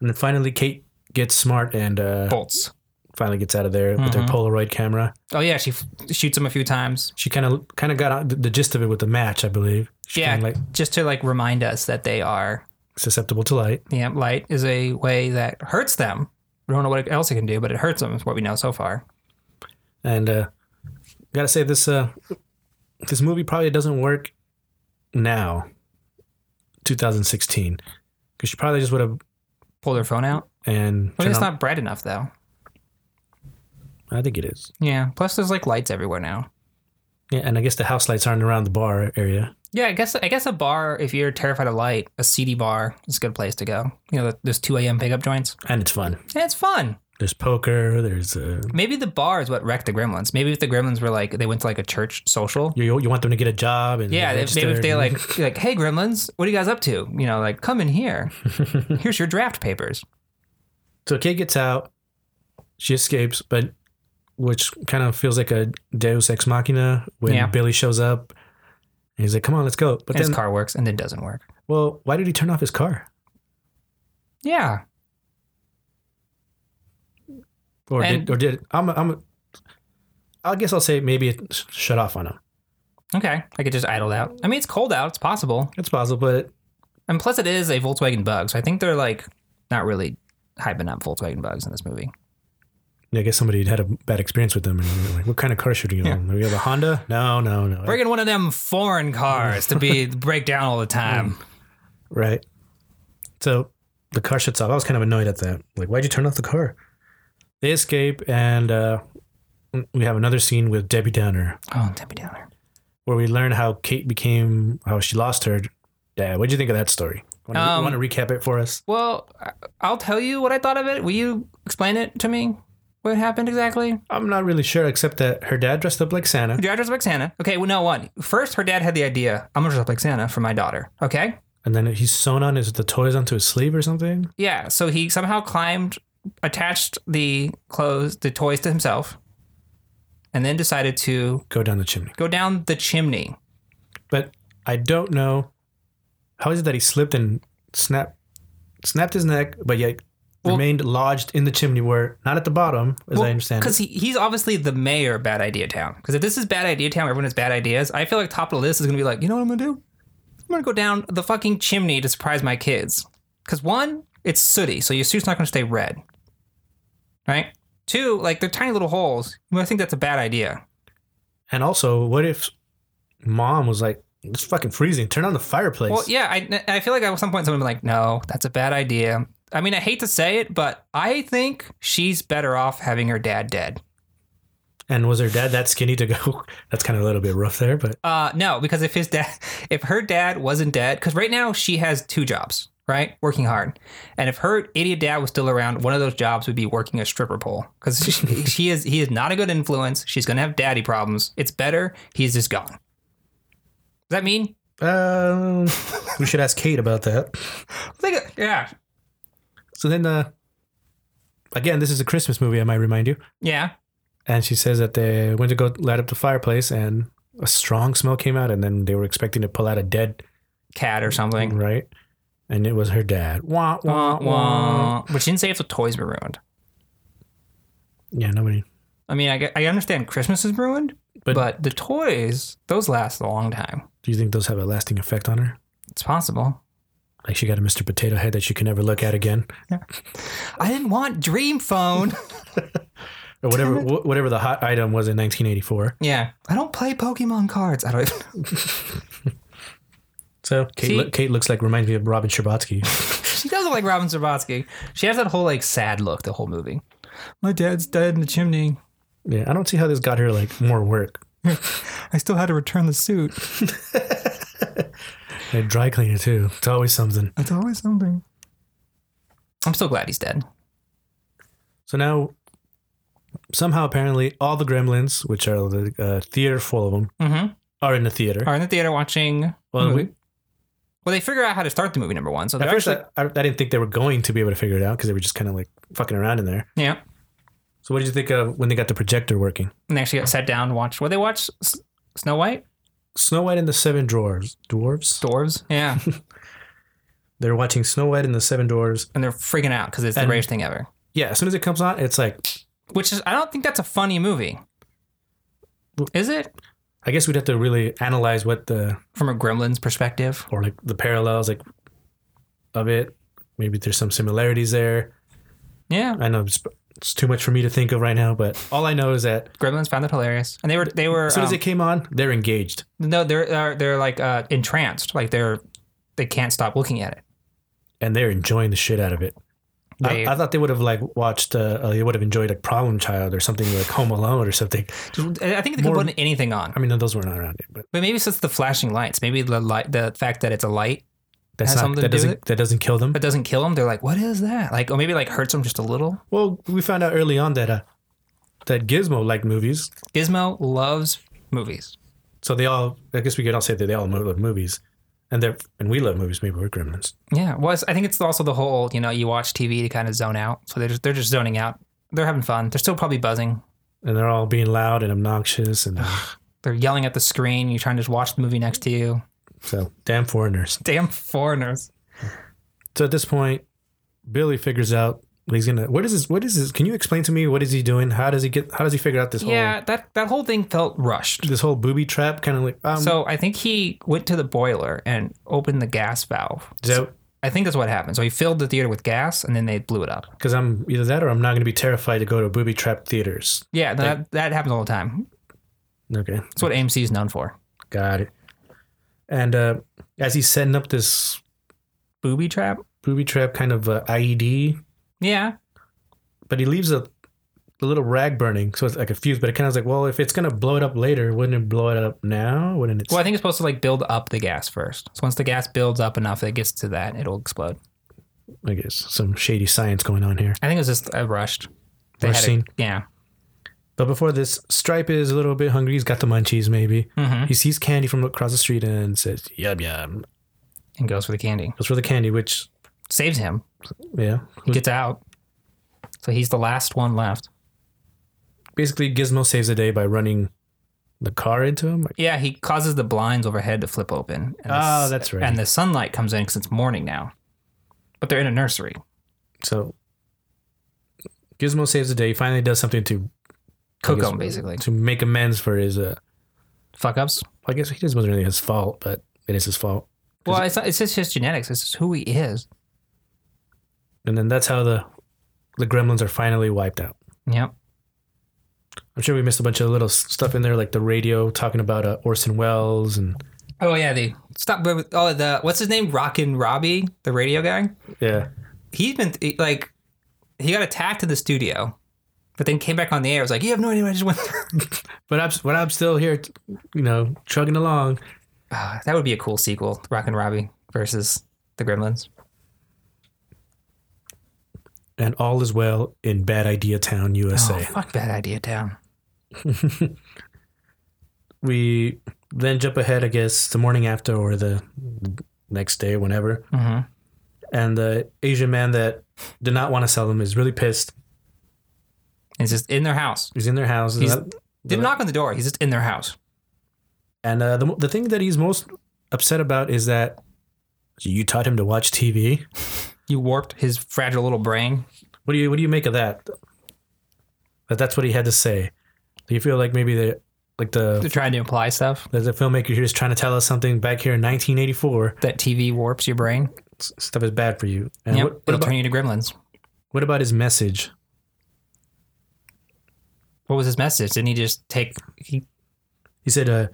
[SPEAKER 2] And then finally, Kate gets smart and uh,
[SPEAKER 1] Bolts.
[SPEAKER 2] finally gets out of there with her
[SPEAKER 1] Mhm.
[SPEAKER 2] Polaroid camera.
[SPEAKER 1] Oh yeah, she f- shoots him a few times.
[SPEAKER 2] She kind of kind of got out the, the gist of it with the match, I believe. She
[SPEAKER 1] Yeah,
[SPEAKER 2] kinda, like
[SPEAKER 1] just to like remind us that they are
[SPEAKER 2] susceptible to light.
[SPEAKER 1] yeah, light is a way that hurts them. We don't know what else it can do, but it hurts them. Is what we know so far.
[SPEAKER 2] And uh, gotta say this uh, this movie probably doesn't work now, 2016, because she probably just would have
[SPEAKER 1] Pull their phone out.
[SPEAKER 2] and
[SPEAKER 1] But
[SPEAKER 2] turned
[SPEAKER 1] it's
[SPEAKER 2] on-
[SPEAKER 1] not bright enough though.
[SPEAKER 2] I think it is.
[SPEAKER 1] Yeah. Plus, there's like lights everywhere now.
[SPEAKER 2] Yeah, and I guess the house lights aren't around the bar area.
[SPEAKER 1] Yeah, I guess I guess a bar. If you're terrified of light, a seedy bar is a good place to go. You know, there's 2 a.m. pickup joints.
[SPEAKER 2] And it's fun.
[SPEAKER 1] Yeah, it's fun.
[SPEAKER 2] There's poker. There's uh,
[SPEAKER 1] Maybe the bar is what wrecked the Gremlins. Maybe if the Gremlins were like they went to like a church social.
[SPEAKER 2] you you want them to get a job and
[SPEAKER 1] Yeah, if, maybe if
[SPEAKER 2] register
[SPEAKER 1] they
[SPEAKER 2] and-
[SPEAKER 1] like like, hey Gremlins, what are you guys up to? You know, like come in here. Here's your draft papers.
[SPEAKER 2] So Kate gets out. She escapes, but which kind of feels like a Deus Ex Machina when
[SPEAKER 1] Yeah.
[SPEAKER 2] Billy shows up. And he's like, "Come on, let's go." But
[SPEAKER 1] his
[SPEAKER 2] then,
[SPEAKER 1] car works and it doesn't work.
[SPEAKER 2] well, why did he turn off his car?
[SPEAKER 1] Yeah,
[SPEAKER 2] Or
[SPEAKER 1] And-
[SPEAKER 2] did, or did I'm I'm I guess I'll say maybe it sh- shut off on him.
[SPEAKER 1] okay. I could just idle out. I mean, it's cold out. It's possible.
[SPEAKER 2] It's possible, but
[SPEAKER 1] And plus, it is a Volkswagen Bug, so I think they're like not really hyping up Volkswagen Bugs in this movie.
[SPEAKER 2] I guess somebody had had a bad experience with them, and they're like, "What kind of car should we go? Do we have a Honda? No, no, no.
[SPEAKER 1] Bringing one of them foreign cars to be break down all the time.
[SPEAKER 2] Right. So the car shuts off. I was kind of annoyed at that. Like, why'd you turn off the car? They escape, and uh, we have another scene with Debbie Downer
[SPEAKER 1] Oh, Debbie Downer.
[SPEAKER 2] where we learn how Kate became, how she lost her dad. What'd you think of that story? Want to,
[SPEAKER 1] Um,
[SPEAKER 2] want to recap it for us?
[SPEAKER 1] Well, I- I'll tell you what I thought of it. Will you explain it to me? What happened exactly?
[SPEAKER 2] I'm not really sure, except that her dad dressed up like Santa.
[SPEAKER 1] Your dad dressed up like Santa. Okay, well, no, one. First, her dad had the idea I'm gonna dress up like Santa for my daughter. Okay?
[SPEAKER 2] And then he's sewn on his the toys onto his sleeve or something.
[SPEAKER 1] Yeah, so he somehow climbed, attached the clothes, the toys to himself, and then decided to
[SPEAKER 2] Go down the chimney.
[SPEAKER 1] go down the chimney.
[SPEAKER 2] But I don't know how is it that he slipped and snapped snapped his neck, but yet
[SPEAKER 1] Well-
[SPEAKER 2] remained lodged in the chimney where not at the bottom, as I understand.
[SPEAKER 1] Because
[SPEAKER 2] it.
[SPEAKER 1] he, he's obviously the mayor of Bad Idea Town. Because if this is Bad Idea Town, everyone has bad ideas. I feel like top of the list is going to be like, you know what I'm going to do? I'm going to go down the fucking chimney to surprise my kids. Because one, it's sooty, so your suit's not going to stay red. Right? Two, like they're tiny little holes. You might think that's a bad idea.
[SPEAKER 2] And also, what if mom was like, It's fucking freezing. Turn on the fireplace.
[SPEAKER 1] Well, yeah, I, I feel like at some point someone would be like, no, that's a bad idea. I mean, I hate to say it, but I think she's better off having her dad dead.
[SPEAKER 2] And was her dad that skinny to go? That's kind of a little bit rough there, but
[SPEAKER 1] Uh, no, because if his dad, if her dad wasn't dead, because right now she has two jobs, right, working hard, and if her idiot dad was still around, one of those jobs would be working a stripper pole because she, she is he is not a good influence. She's gonna have daddy problems. It's better he's just gone. Does that mean?
[SPEAKER 2] um, we should ask Kate about that.
[SPEAKER 1] Like, yeah,
[SPEAKER 2] So then, uh, again, this is a Christmas movie. I might remind you.
[SPEAKER 1] yeah.
[SPEAKER 2] And she says that they went to go light up the fireplace, and a strong smell came out, and then they were expecting to pull out a dead
[SPEAKER 1] Cat or something.
[SPEAKER 2] right? And it was her dad. Wah,
[SPEAKER 1] Wah,
[SPEAKER 2] wah, wah.
[SPEAKER 1] wah. But she didn't say if the toys were ruined.
[SPEAKER 2] Yeah, nobody.
[SPEAKER 1] I mean, I, get- I understand Christmas is ruined,
[SPEAKER 2] But-
[SPEAKER 1] but, the toys, those last a long time.
[SPEAKER 2] Do you think those have a lasting effect on her?
[SPEAKER 1] It's possible.
[SPEAKER 2] Like she got a Mr. Potato Head that she can never look at again,
[SPEAKER 1] I didn't want Dream Phone.
[SPEAKER 2] or whatever wh- whatever the hot item was in 1984.
[SPEAKER 1] yeah. I don't play Pokemon cards. I don't even.
[SPEAKER 2] So Kate,
[SPEAKER 1] See-
[SPEAKER 2] loo- Kate looks like reminds me of Robin Scherbatsky.
[SPEAKER 1] She does look like Robin Zabotsky. She has that whole, like, sad look the whole movie. My dad's dead in the chimney.
[SPEAKER 2] yeah, I don't see how this got her like more work.
[SPEAKER 1] I still had to return the suit.
[SPEAKER 2] And dry cleaner too. It's always something.
[SPEAKER 1] It's always something. I'm so glad he's dead.
[SPEAKER 2] So now, somehow apparently, all the Gremlins, which are the uh, theater full of them,
[SPEAKER 1] Mm-hmm.
[SPEAKER 2] are in the theater.
[SPEAKER 1] Are Mm-hmm. in the theater watching.
[SPEAKER 2] Well,
[SPEAKER 1] Well,
[SPEAKER 2] we-
[SPEAKER 1] movie. well, they figure out how to start the movie, number one. So
[SPEAKER 2] At
[SPEAKER 1] they're
[SPEAKER 2] first,
[SPEAKER 1] actually.
[SPEAKER 2] I, I didn't think they were going to be able to figure it out because they were just kind of like fucking around in there.
[SPEAKER 1] yeah.
[SPEAKER 2] So, what did you think of when they got the projector working?
[SPEAKER 1] and they actually got sat down and watched. Well, they watched S- Snow White,
[SPEAKER 2] Snow White and the Seven Dwarves. Dwarves.
[SPEAKER 1] dwarves, yeah,
[SPEAKER 2] They're watching Snow White and the Seven Dwarves.
[SPEAKER 1] and they're freaking out because it's the
[SPEAKER 2] And-
[SPEAKER 1] greatest thing ever.
[SPEAKER 2] Yeah, as soon as it comes on, it's like
[SPEAKER 1] Which is, I don't think that's a funny movie, is it?
[SPEAKER 2] I guess we'd have to really analyze what the
[SPEAKER 1] From a Gremlins perspective,
[SPEAKER 2] or like the parallels like of it. Maybe there's some similarities there.
[SPEAKER 1] yeah,
[SPEAKER 2] I know it's, it's too much for me to think of right now, but all I know is that
[SPEAKER 1] Gremlins found it hilarious, and they were they were
[SPEAKER 2] as soon as
[SPEAKER 1] um,
[SPEAKER 2] it came on, they're engaged.
[SPEAKER 1] no, they're they're, they're like uh, entranced, like they're they can't stop looking at it.
[SPEAKER 2] and they're enjoying the shit out of it.
[SPEAKER 1] They-
[SPEAKER 2] I, I thought they would have like watched, uh, uh, they would have enjoyed like Problem Child or something like Home Alone or something.
[SPEAKER 1] I I think they could
[SPEAKER 2] More-
[SPEAKER 1] put anything on,
[SPEAKER 2] I mean, no, those were not around it, but
[SPEAKER 1] but maybe it's just the flashing lights, maybe the light, the fact that it's a light
[SPEAKER 2] that's
[SPEAKER 1] Has
[SPEAKER 2] not,
[SPEAKER 1] something to
[SPEAKER 2] that
[SPEAKER 1] do with
[SPEAKER 2] doesn't that doesn't kill them.
[SPEAKER 1] that doesn't kill them. They're like, what is that? Like, or maybe like hurts them just a little.
[SPEAKER 2] Well, we found out early on that uh, that Gizmo liked movies,
[SPEAKER 1] Gizmo loves movies.
[SPEAKER 2] so they all. I guess we could all say that they all mo- love movies, and they are and we love movies. Maybe we're gremlins.
[SPEAKER 1] Yeah, well, it's, I think it's also the whole you know you watch TV to kind of zone out, so they're just, they're just zoning out. They're having fun. They're still probably buzzing.
[SPEAKER 2] And they're all being loud and obnoxious, and uh,
[SPEAKER 1] They're yelling at the screen. You're trying to just watch the movie next to you.
[SPEAKER 2] so damn foreigners.
[SPEAKER 1] Damn foreigners.
[SPEAKER 2] So at this point, Billy figures out what he's gonna. What is this? What is this? Can you explain to me what is he doing? How does he get? How does he figure out this whole?
[SPEAKER 1] Yeah, that that whole thing felt rushed.
[SPEAKER 2] this whole booby trap kind of like um,
[SPEAKER 1] So I think he went to the boiler and opened the gas valve. I think that's what happened. So he filled the theater with gas, and then they blew it up.
[SPEAKER 2] because I'm either that or I'm not going to be terrified to go to booby trap theaters.
[SPEAKER 1] Yeah, that that happens all the time.
[SPEAKER 2] Okay,
[SPEAKER 1] That's what AMC is known for.
[SPEAKER 2] got it. And uh, as he's setting up this
[SPEAKER 1] Booby trap.
[SPEAKER 2] booby trap kind of uh, IED,
[SPEAKER 1] Yeah,
[SPEAKER 2] but he leaves a, a little rag burning, so it's like a fuse. But it kind of was like, well, if it's going to blow it up later, wouldn't it blow it up now? Wouldn't it?
[SPEAKER 1] Well, I think it's supposed to like build up the gas first. So once the gas builds up enough, it gets to that, it'll explode.
[SPEAKER 2] I guess some shady science going on here.
[SPEAKER 1] I think it was just uh, rushed.
[SPEAKER 2] Rush
[SPEAKER 1] had it-
[SPEAKER 2] scene.
[SPEAKER 1] yeah.
[SPEAKER 2] But before this, Stripe is a little bit hungry. He's got the munchies, maybe.
[SPEAKER 1] Mm-hmm.
[SPEAKER 2] He sees candy from across the street and says, "Yum yum."
[SPEAKER 1] And goes for the candy.
[SPEAKER 2] Goes for the candy, which
[SPEAKER 1] Saves him.
[SPEAKER 2] yeah,
[SPEAKER 1] He gets out. So he's the last one left.
[SPEAKER 2] basically Gizmo saves the day by running the car into him. Like,
[SPEAKER 1] Yeah, he causes the blinds overhead to flip open. And the
[SPEAKER 2] Oh,
[SPEAKER 1] s-
[SPEAKER 2] that's right.
[SPEAKER 1] And the sunlight comes in because it's morning now. But they're in a nursery.
[SPEAKER 2] So Gizmo saves the day. He finally does something to I
[SPEAKER 1] Cook
[SPEAKER 2] guess,
[SPEAKER 1] 'em, basically.
[SPEAKER 2] to make amends for his. Uh,
[SPEAKER 1] Fuck ups.
[SPEAKER 2] I guess it wasn't really his fault, but it is his fault.
[SPEAKER 1] Well, it's, not, it's just his genetics. It's just who he is.
[SPEAKER 2] And then that's how the the Gremlins are finally wiped out.
[SPEAKER 1] Yep.
[SPEAKER 2] I'm sure we missed a bunch of little s- stuff in there, like the radio talking about uh, Orson Welles and
[SPEAKER 1] Oh yeah, the stop. Oh, the what's his name? Rockin' Robbie, the radio guy.
[SPEAKER 2] Yeah.
[SPEAKER 1] He's been like, he got attacked in the studio, but then came back on the air. Was like, you have no idea what I just went through.
[SPEAKER 2] But I'm but I'm still here, t- you know, chugging along.
[SPEAKER 1] Ah, that would be a cool sequel, Rockin' Robbie versus the Gremlins.
[SPEAKER 2] And all is well in Bad Idea Town,
[SPEAKER 1] Oh,
[SPEAKER 2] USA.
[SPEAKER 1] fuck bad idea town.
[SPEAKER 2] We then jump ahead, I guess, the morning after or the next day, whenever.
[SPEAKER 1] Mhm.
[SPEAKER 2] And the Asian man that did not want to sell them is really pissed.
[SPEAKER 1] It's just in their house.
[SPEAKER 2] He's in their house.
[SPEAKER 1] He's-
[SPEAKER 2] and that-
[SPEAKER 1] Didn't knock on the door. He's just in their house.
[SPEAKER 2] And uh, the, the thing that he's most upset about is that you taught him to watch TV.
[SPEAKER 1] You warped his fragile little brain.
[SPEAKER 2] What do you what do you make of that? That that's what he had to say. Do you feel like maybe the like
[SPEAKER 1] They're
[SPEAKER 2] the
[SPEAKER 1] trying to imply stuff
[SPEAKER 2] that the filmmaker here is trying to tell us something back here in 1984?
[SPEAKER 1] that TV warps your brain.
[SPEAKER 2] s- Stuff is bad for you. And
[SPEAKER 1] Yep,
[SPEAKER 2] what, what
[SPEAKER 1] it'll
[SPEAKER 2] about
[SPEAKER 1] turn you into gremlins.
[SPEAKER 2] what about his message?
[SPEAKER 1] What was his message? Didn't he just take? He,
[SPEAKER 2] He said, uh,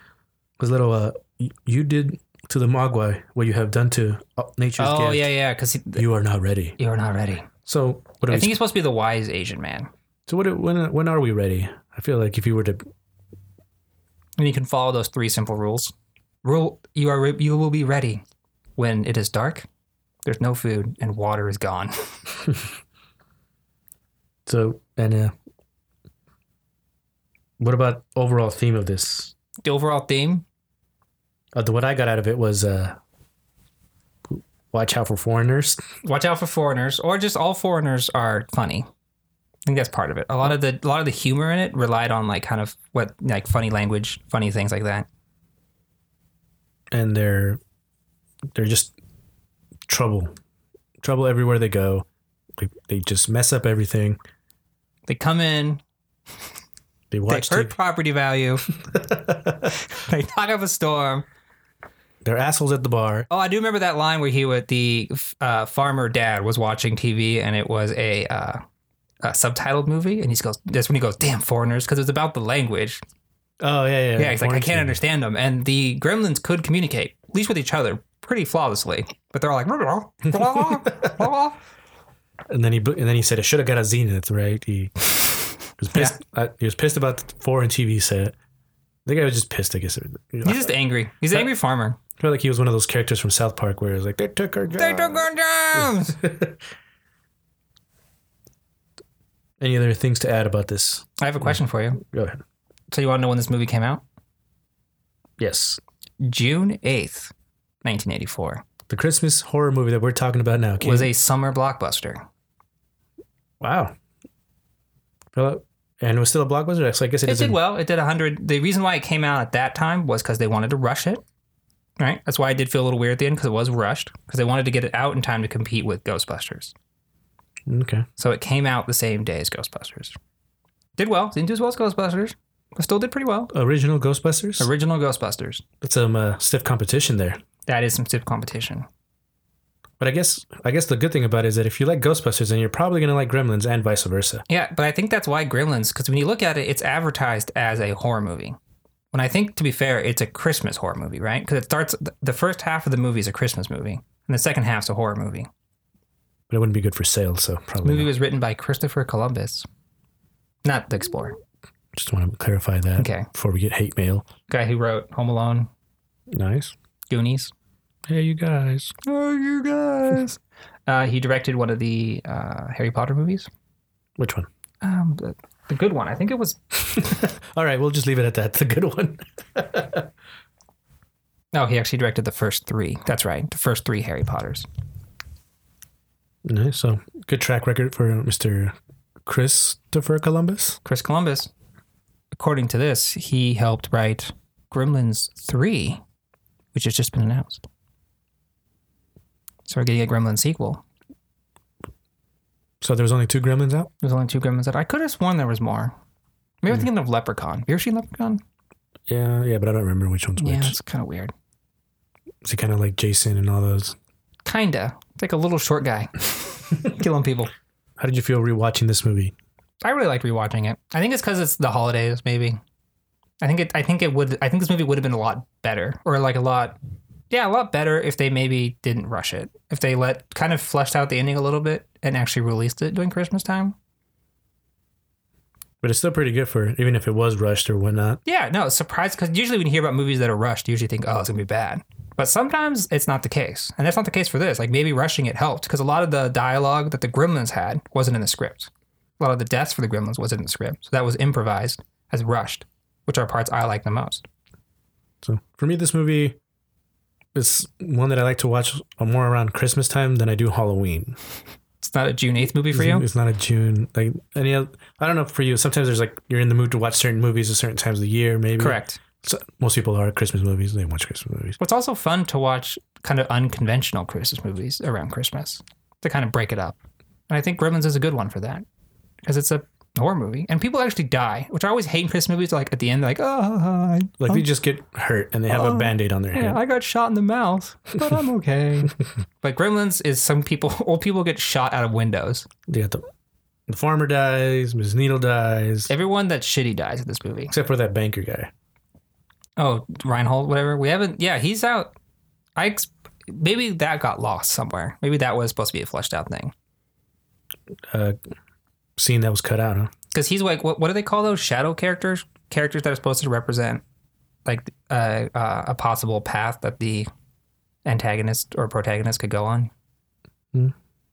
[SPEAKER 2] "His little uh, y- you did to the Mogwai what you have done to uh, nature's
[SPEAKER 1] oh
[SPEAKER 2] gift.
[SPEAKER 1] yeah, yeah. Because
[SPEAKER 2] You are not ready."
[SPEAKER 1] you're not ready.
[SPEAKER 2] So what? Are
[SPEAKER 1] I
[SPEAKER 2] we,
[SPEAKER 1] think he's supposed to be the wise Asian man.
[SPEAKER 2] so what? are- When when are we ready? I feel like if you were to
[SPEAKER 1] And you can follow those three simple rules. Rule: You are re- you will be ready when it is dark. There's no food and water is gone.
[SPEAKER 2] So, and uh, what about overall theme of this?
[SPEAKER 1] The overall theme:
[SPEAKER 2] Uh, the, what I got out of it was uh, watch out for foreigners.
[SPEAKER 1] Watch out for foreigners, or just all foreigners are funny. I think that's part of it. A lot of the a lot of the humor in it relied on like kind of what like funny language, funny things like that.
[SPEAKER 2] And they're they're just trouble, trouble everywhere they go. They, they just mess up everything.
[SPEAKER 1] They come in,
[SPEAKER 2] They watch.
[SPEAKER 1] they hurt
[SPEAKER 2] TV.
[SPEAKER 1] property value. they knock up a storm.
[SPEAKER 2] They're assholes at the bar.
[SPEAKER 1] Oh, I do remember that line where he with the uh, farmer dad was watching TV and it was a, uh, a subtitled movie, and he goes, "That's when he goes, damn foreigners," because it was about the language.
[SPEAKER 2] Oh yeah, yeah.
[SPEAKER 1] Yeah, he's like, I
[SPEAKER 2] foreign
[SPEAKER 1] can't
[SPEAKER 2] TV.
[SPEAKER 1] understand them, and the gremlins could communicate, at least with each other, pretty flawlessly. But they're all like, "Blah, blah, blah, blah."
[SPEAKER 2] And then he bu- and then he said, I should have got a Zenith, right? He was pissed. uh, he was pissed about the foreign TV set. The guy was just pissed. I guess. You know,
[SPEAKER 1] he's just angry. He's an angry farmer.
[SPEAKER 2] I feel like he was one of those characters from South Park where it was like, they took our job.
[SPEAKER 1] They took our jobs.
[SPEAKER 2] Any other things to add about this?
[SPEAKER 1] I have a question for you.
[SPEAKER 2] Go ahead.
[SPEAKER 1] So you want to know when this movie came out?
[SPEAKER 2] Yes.
[SPEAKER 1] June eighth, nineteen eighty four,
[SPEAKER 2] The Christmas horror movie that we're talking about now came.
[SPEAKER 1] was a summer blockbuster.
[SPEAKER 2] wow. Well, And it was still a blockbuster? So I guess it,
[SPEAKER 1] It
[SPEAKER 2] doesn't-
[SPEAKER 1] did well. It did 100. The reason why it came out at that time was because they wanted to rush it. Right? That's why I did feel a little weird at the end because it was rushed because they wanted to get it out in time to compete with Ghostbusters.
[SPEAKER 2] Okay.
[SPEAKER 1] So it came out the same day as Ghostbusters. Did well. Didn't do as well as Ghostbusters, but still did pretty well.
[SPEAKER 2] Original Ghostbusters?
[SPEAKER 1] Original Ghostbusters.
[SPEAKER 2] That's some uh, stiff competition there.
[SPEAKER 1] That is some stiff competition.
[SPEAKER 2] But I guess I guess the good thing about it is that if you like Ghostbusters, then you're probably going to like Gremlins and vice versa.
[SPEAKER 1] Yeah, but I think that's why Gremlins, because when you look at it, it's advertised as a horror movie. When I think, to be fair, it's a Christmas horror movie, right? Because it starts, the first half of the movie is a Christmas movie, and the second half's a horror movie.
[SPEAKER 2] But it wouldn't be good for sale, so probably
[SPEAKER 1] movie
[SPEAKER 2] not.
[SPEAKER 1] was written by Christopher Columbus, not the explorer,
[SPEAKER 2] just want to clarify that
[SPEAKER 1] Okay.
[SPEAKER 2] before we get hate mail.
[SPEAKER 1] guy who wrote Home Alone,
[SPEAKER 2] Nice.
[SPEAKER 1] Goonies.
[SPEAKER 2] Hey, you guys.
[SPEAKER 1] Oh, you guys! uh, he directed one of the uh, Harry Potter movies,
[SPEAKER 2] Which one?
[SPEAKER 1] um, the, the good one. I think it was.
[SPEAKER 2] All right, we'll just leave it at that. The good one.
[SPEAKER 1] No, oh, he actually directed the first three. That's right, the first three Harry Potters.
[SPEAKER 2] Nice. So good track record for Mr. Christopher Columbus.
[SPEAKER 1] Chris Columbus, according to this, he helped write Gremlins three, which has just been announced. So we're getting a Gremlin sequel.
[SPEAKER 2] So there was only two Gremlins out.
[SPEAKER 1] There's only two gremlins that I could have sworn there was more. Maybe I'm thinking of Leprechaun. Have you ever seen Leprechaun?
[SPEAKER 2] Yeah, yeah, but I don't remember which one's
[SPEAKER 1] Yeah,
[SPEAKER 2] which.
[SPEAKER 1] it's kind of weird.
[SPEAKER 2] Is he kind of like Jason and all those?
[SPEAKER 1] Kinda. It's like a little short guy killing people.
[SPEAKER 2] How did you feel rewatching this movie?
[SPEAKER 1] I really liked rewatching it. I think it's because it's the holidays, maybe. I think it. I think it would. I think this movie would have been a lot better, or like a lot, yeah, a lot better if they maybe didn't rush it. If they let kind of fleshed out the ending a little bit and actually released it during Christmas time.
[SPEAKER 2] But it's still pretty good for even if it was rushed or whatnot.
[SPEAKER 1] Yeah, no, it's surprised because usually when you hear about movies that are rushed, you usually think, oh, it's gonna be bad. But sometimes it's not the case, and that's not the case for this. Like maybe rushing it helped because a lot of the dialogue that the Gremlins had wasn't in the script. A lot of the deaths for the Gremlins wasn't in the script, so that was improvised as rushed, which are parts I like the most.
[SPEAKER 2] So for me, this movie is one that I like to watch more around Christmas time than I do Halloween.
[SPEAKER 1] It's not a June eighth movie for you.
[SPEAKER 2] It's not a June like any. Other, I don't know for you. Sometimes there's like you're in the mood to watch certain movies at certain times of the year. Maybe
[SPEAKER 1] Correct.
[SPEAKER 2] So, most people are Christmas movies. They watch Christmas movies.
[SPEAKER 1] Well, it's also fun to watch kind of unconventional Christmas movies around Christmas to kind of break it up. And I think Gremlins is a good one for that because it's a horror movie and people actually die, which I always hate in Christmas movies. Like at the end, they're like, oh, I,
[SPEAKER 2] Like they just get hurt and they have a band aid on their head.
[SPEAKER 1] yeah, I got shot in the mouth, but I'm okay. but Gremlins is some people, old people get shot out of windows.
[SPEAKER 2] They got the, the farmer dies, Ms. Needle dies,
[SPEAKER 1] Everyone that's shitty dies in this movie.
[SPEAKER 2] except for that banker guy.
[SPEAKER 1] Oh, Reinhold, whatever. We haven't. Yeah, he's out. I ex- maybe that got lost somewhere. Maybe that was supposed to be a fleshed out thing.
[SPEAKER 2] Uh, scene that was cut out, huh?
[SPEAKER 1] because he's like what, what do they call those shadow characters characters that are supposed to represent like uh, uh, a possible path that the antagonist or protagonist could go on
[SPEAKER 2] Hmm.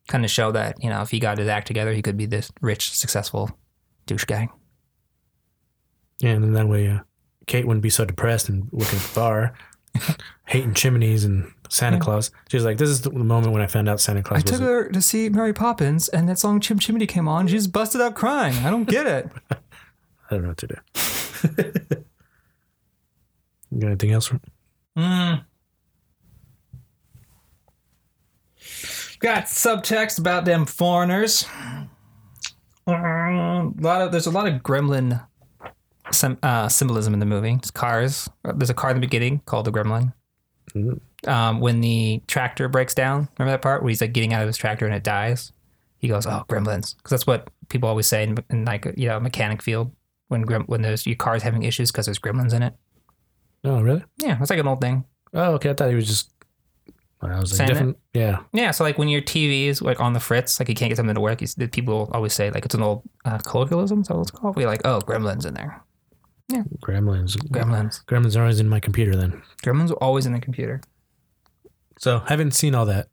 [SPEAKER 1] kind of show that you know if he got his act together he could be this rich successful douche guy
[SPEAKER 2] Yeah, and then that way uh, Kate wouldn't be so depressed and looking at the bar, hating chimneys and Santa Claus. She was like, this is the moment when I found out Santa Claus was
[SPEAKER 1] her to see mary poppins and that song chim chimney came on she just busted out crying i don't get it
[SPEAKER 2] I don't know what to do. You got anything else? for-
[SPEAKER 1] got subtext about them foreigners. A lot of there's a lot of gremlin some uh, symbolism in the movie. It's cars. Uh, There's a car in the beginning called the Gremlin.
[SPEAKER 2] Mm.
[SPEAKER 1] Um, when the tractor breaks down, remember that part where he's like getting out of his tractor and it dies. He goes, "Oh, gremlins," because that's what people always say in, in like you know mechanic field when grem- when there's your car's having issues because there's gremlins in it.
[SPEAKER 2] Oh, really?
[SPEAKER 1] Yeah, it's like an old thing.
[SPEAKER 2] Oh, okay. I thought he was just. I was like
[SPEAKER 1] Santa?
[SPEAKER 2] different. Yeah.
[SPEAKER 1] Yeah, so like when your TV is like on the fritz, like you can't get something to work, you, the people always say like it's an old uh, colloquialism. So it's called. We're like, oh, gremlins in there.
[SPEAKER 2] Gremlins.
[SPEAKER 1] Gremlins.
[SPEAKER 2] Gremlins are always in my computer then.
[SPEAKER 1] Gremlins are always in the computer.
[SPEAKER 2] So, haven't seen all that.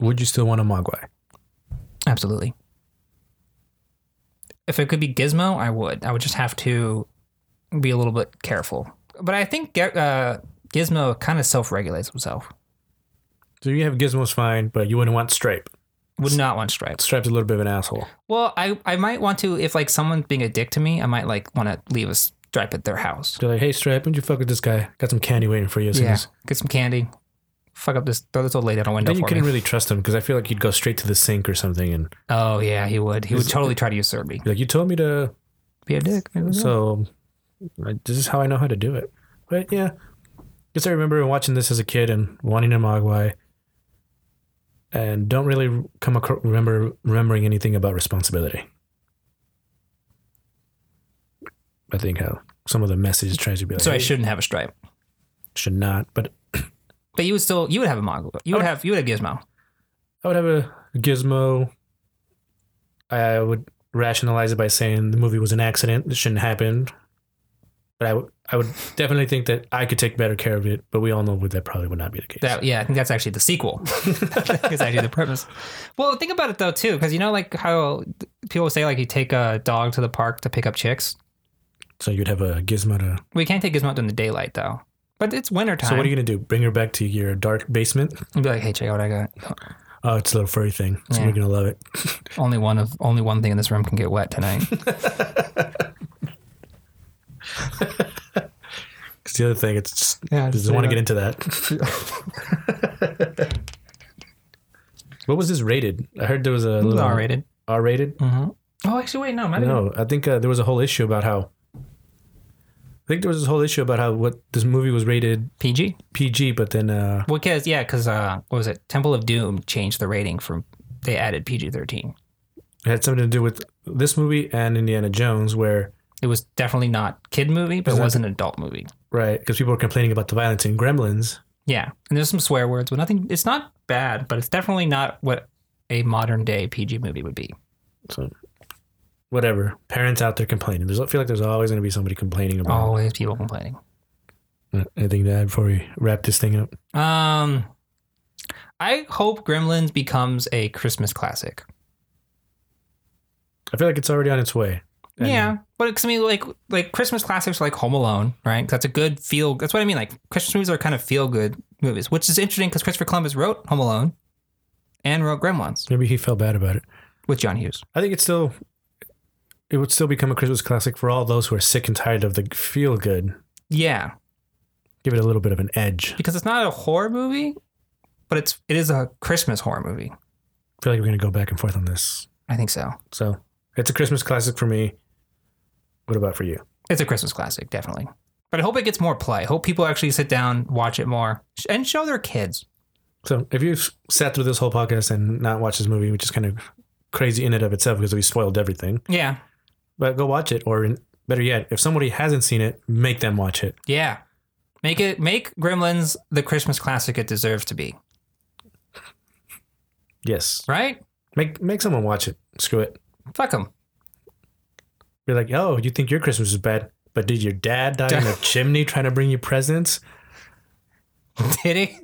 [SPEAKER 2] Would you still want a Mogwai?
[SPEAKER 1] Absolutely. If it could be Gizmo, I would. I would just have to be a little bit careful. But I think uh, Gizmo kind of self-regulates himself.
[SPEAKER 2] So you have Gizmo's fine, but you wouldn't want Stripe.
[SPEAKER 1] Would not want stripes.
[SPEAKER 2] Stripe's a little bit of an asshole.
[SPEAKER 1] Well, I I might want to if like someone's being a dick to me, I might like want to leave a stripe at their house.
[SPEAKER 2] They're like, hey, Stripe, would you fuck with this guy? Got some candy waiting for you. As soon
[SPEAKER 1] Yeah,
[SPEAKER 2] as-
[SPEAKER 1] get some candy. Fuck up this. Throw this old lady out a window
[SPEAKER 2] Then you
[SPEAKER 1] for
[SPEAKER 2] couldn't
[SPEAKER 1] me.
[SPEAKER 2] really trust him because I feel like he'd go straight to the sink or something and
[SPEAKER 1] Oh yeah, he would. He would totally try to usurp me.
[SPEAKER 2] be like, you told me to,
[SPEAKER 1] Be a dick.
[SPEAKER 2] so I, this is how I know how to do it. But yeah, guess I remember watching this as a kid and wanting a Mogwai and don't really come acro- remember remembering anything about responsibility. I think how some of the message tries to be like,
[SPEAKER 1] so I
[SPEAKER 2] hey,
[SPEAKER 1] shouldn't have a stripe.
[SPEAKER 2] should not, but
[SPEAKER 1] But you would still. You would have a mogul. You would
[SPEAKER 2] Oh.
[SPEAKER 1] have. You would have Gizmo.
[SPEAKER 2] I would have a gizmo. I would rationalize it by saying the movie was an accident. It shouldn't happen. But I would, I would definitely think that I could take better care of it. But we all know that probably would not be the case.
[SPEAKER 1] That yeah, I think that's actually the sequel. it's actually the premise. Well, think about it though too, because you know like how people say like you take a dog to the park to pick up chicks.
[SPEAKER 2] so you'd have a gizmo to.
[SPEAKER 1] We can't take Gizmo out in the daylight though. But it's wintertime.
[SPEAKER 2] So what are you gonna do? Bring her back to your dark basement?
[SPEAKER 1] You'd be like, hey, check out what I got.
[SPEAKER 2] Oh, it's a little furry thing. So
[SPEAKER 1] Yeah.
[SPEAKER 2] you're gonna love it.
[SPEAKER 1] Only one of only one thing in this room can get wet tonight.
[SPEAKER 2] Because the other thing, it's just,
[SPEAKER 1] Yeah,
[SPEAKER 2] I
[SPEAKER 1] just
[SPEAKER 2] just want to
[SPEAKER 1] leave it.
[SPEAKER 2] get into that. what was this rated? I heard there was a little
[SPEAKER 1] R rated.
[SPEAKER 2] R rated.
[SPEAKER 1] Oh, actually, wait, no, it might have
[SPEAKER 2] No, I think uh, there was a whole issue about how. I think there was this whole issue about how what this movie was rated
[SPEAKER 1] been PG.
[SPEAKER 2] PG, but then uh,
[SPEAKER 1] Well, because yeah, because uh, what was it? Temple of Doom changed the rating from they added PG thirteen.
[SPEAKER 2] it had something to do with this movie and Indiana Jones, where
[SPEAKER 1] It was definitely not kid movie, but it was an adult movie.
[SPEAKER 2] right? Because people were complaining about the violence in Gremlins.
[SPEAKER 1] Yeah, and there's some swear words, but nothing. It's not bad, but it's definitely not what a modern day PG movie would be.
[SPEAKER 2] So, whatever. Parents out there complaining. There's, I feel like there's always going to be somebody complaining about
[SPEAKER 1] Always people complaining.
[SPEAKER 2] it. anything to add before we wrap this thing up.
[SPEAKER 1] Um, I hope Gremlins becomes a Christmas classic.
[SPEAKER 2] I feel like it's already on its way. I
[SPEAKER 1] Yeah, but it's, I mean, like like Christmas classics like Home Alone, right? That's a good feel. That's what I mean. Like Christmas movies are kind of feel good movies, which is interesting because Christopher Columbus wrote Home Alone and wrote Gremlins
[SPEAKER 2] Maybe he felt bad about it.
[SPEAKER 1] with John Hughes.
[SPEAKER 2] I think it's still it would still become a Christmas classic for all those who are sick and tired of the feel good.
[SPEAKER 1] Yeah,
[SPEAKER 2] Give it a little bit of an edge.
[SPEAKER 1] because it's not a horror movie, but it's it is a Christmas horror movie.
[SPEAKER 2] I feel like we're gonna go back and forth on this.
[SPEAKER 1] I think so.
[SPEAKER 2] So it's a Christmas classic for me. What about for you?
[SPEAKER 1] It's a Christmas classic, definitely. But I hope it gets more play. I hope people actually sit down, watch it more, sh- and show their kids.
[SPEAKER 2] So if you've sat through this whole podcast and not watched this movie, which is kind of crazy in and of itself because we spoiled everything,
[SPEAKER 1] Yeah,
[SPEAKER 2] but go watch it. Or in, better yet, if somebody hasn't seen it, make them watch it.
[SPEAKER 1] yeah. Make it make Gremlins the Christmas classic it deserves to be.
[SPEAKER 2] Yes,
[SPEAKER 1] Right?
[SPEAKER 2] make make someone watch it. Screw it.
[SPEAKER 1] Fuck them.
[SPEAKER 2] Be like, oh, you think your Christmas is bad, but did your dad die in a chimney trying to bring you presents?
[SPEAKER 1] Did he?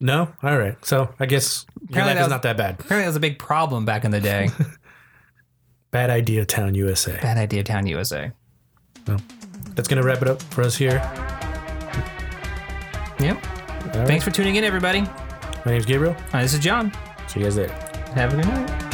[SPEAKER 2] No. All right. So I guess your
[SPEAKER 1] Apparently
[SPEAKER 2] life
[SPEAKER 1] that
[SPEAKER 2] is
[SPEAKER 1] was-
[SPEAKER 2] not that bad.
[SPEAKER 1] Apparently, that was a big problem back in the day.
[SPEAKER 2] Bad idea, town USA.
[SPEAKER 1] Bad idea, Town USA.
[SPEAKER 2] That's gonna wrap it up for us here.
[SPEAKER 1] Yep.
[SPEAKER 2] All right.
[SPEAKER 1] Thanks for tuning in, everybody.
[SPEAKER 2] My name's Gabriel.
[SPEAKER 1] Uh, this is John.
[SPEAKER 2] See you guys later.
[SPEAKER 1] Have a good night.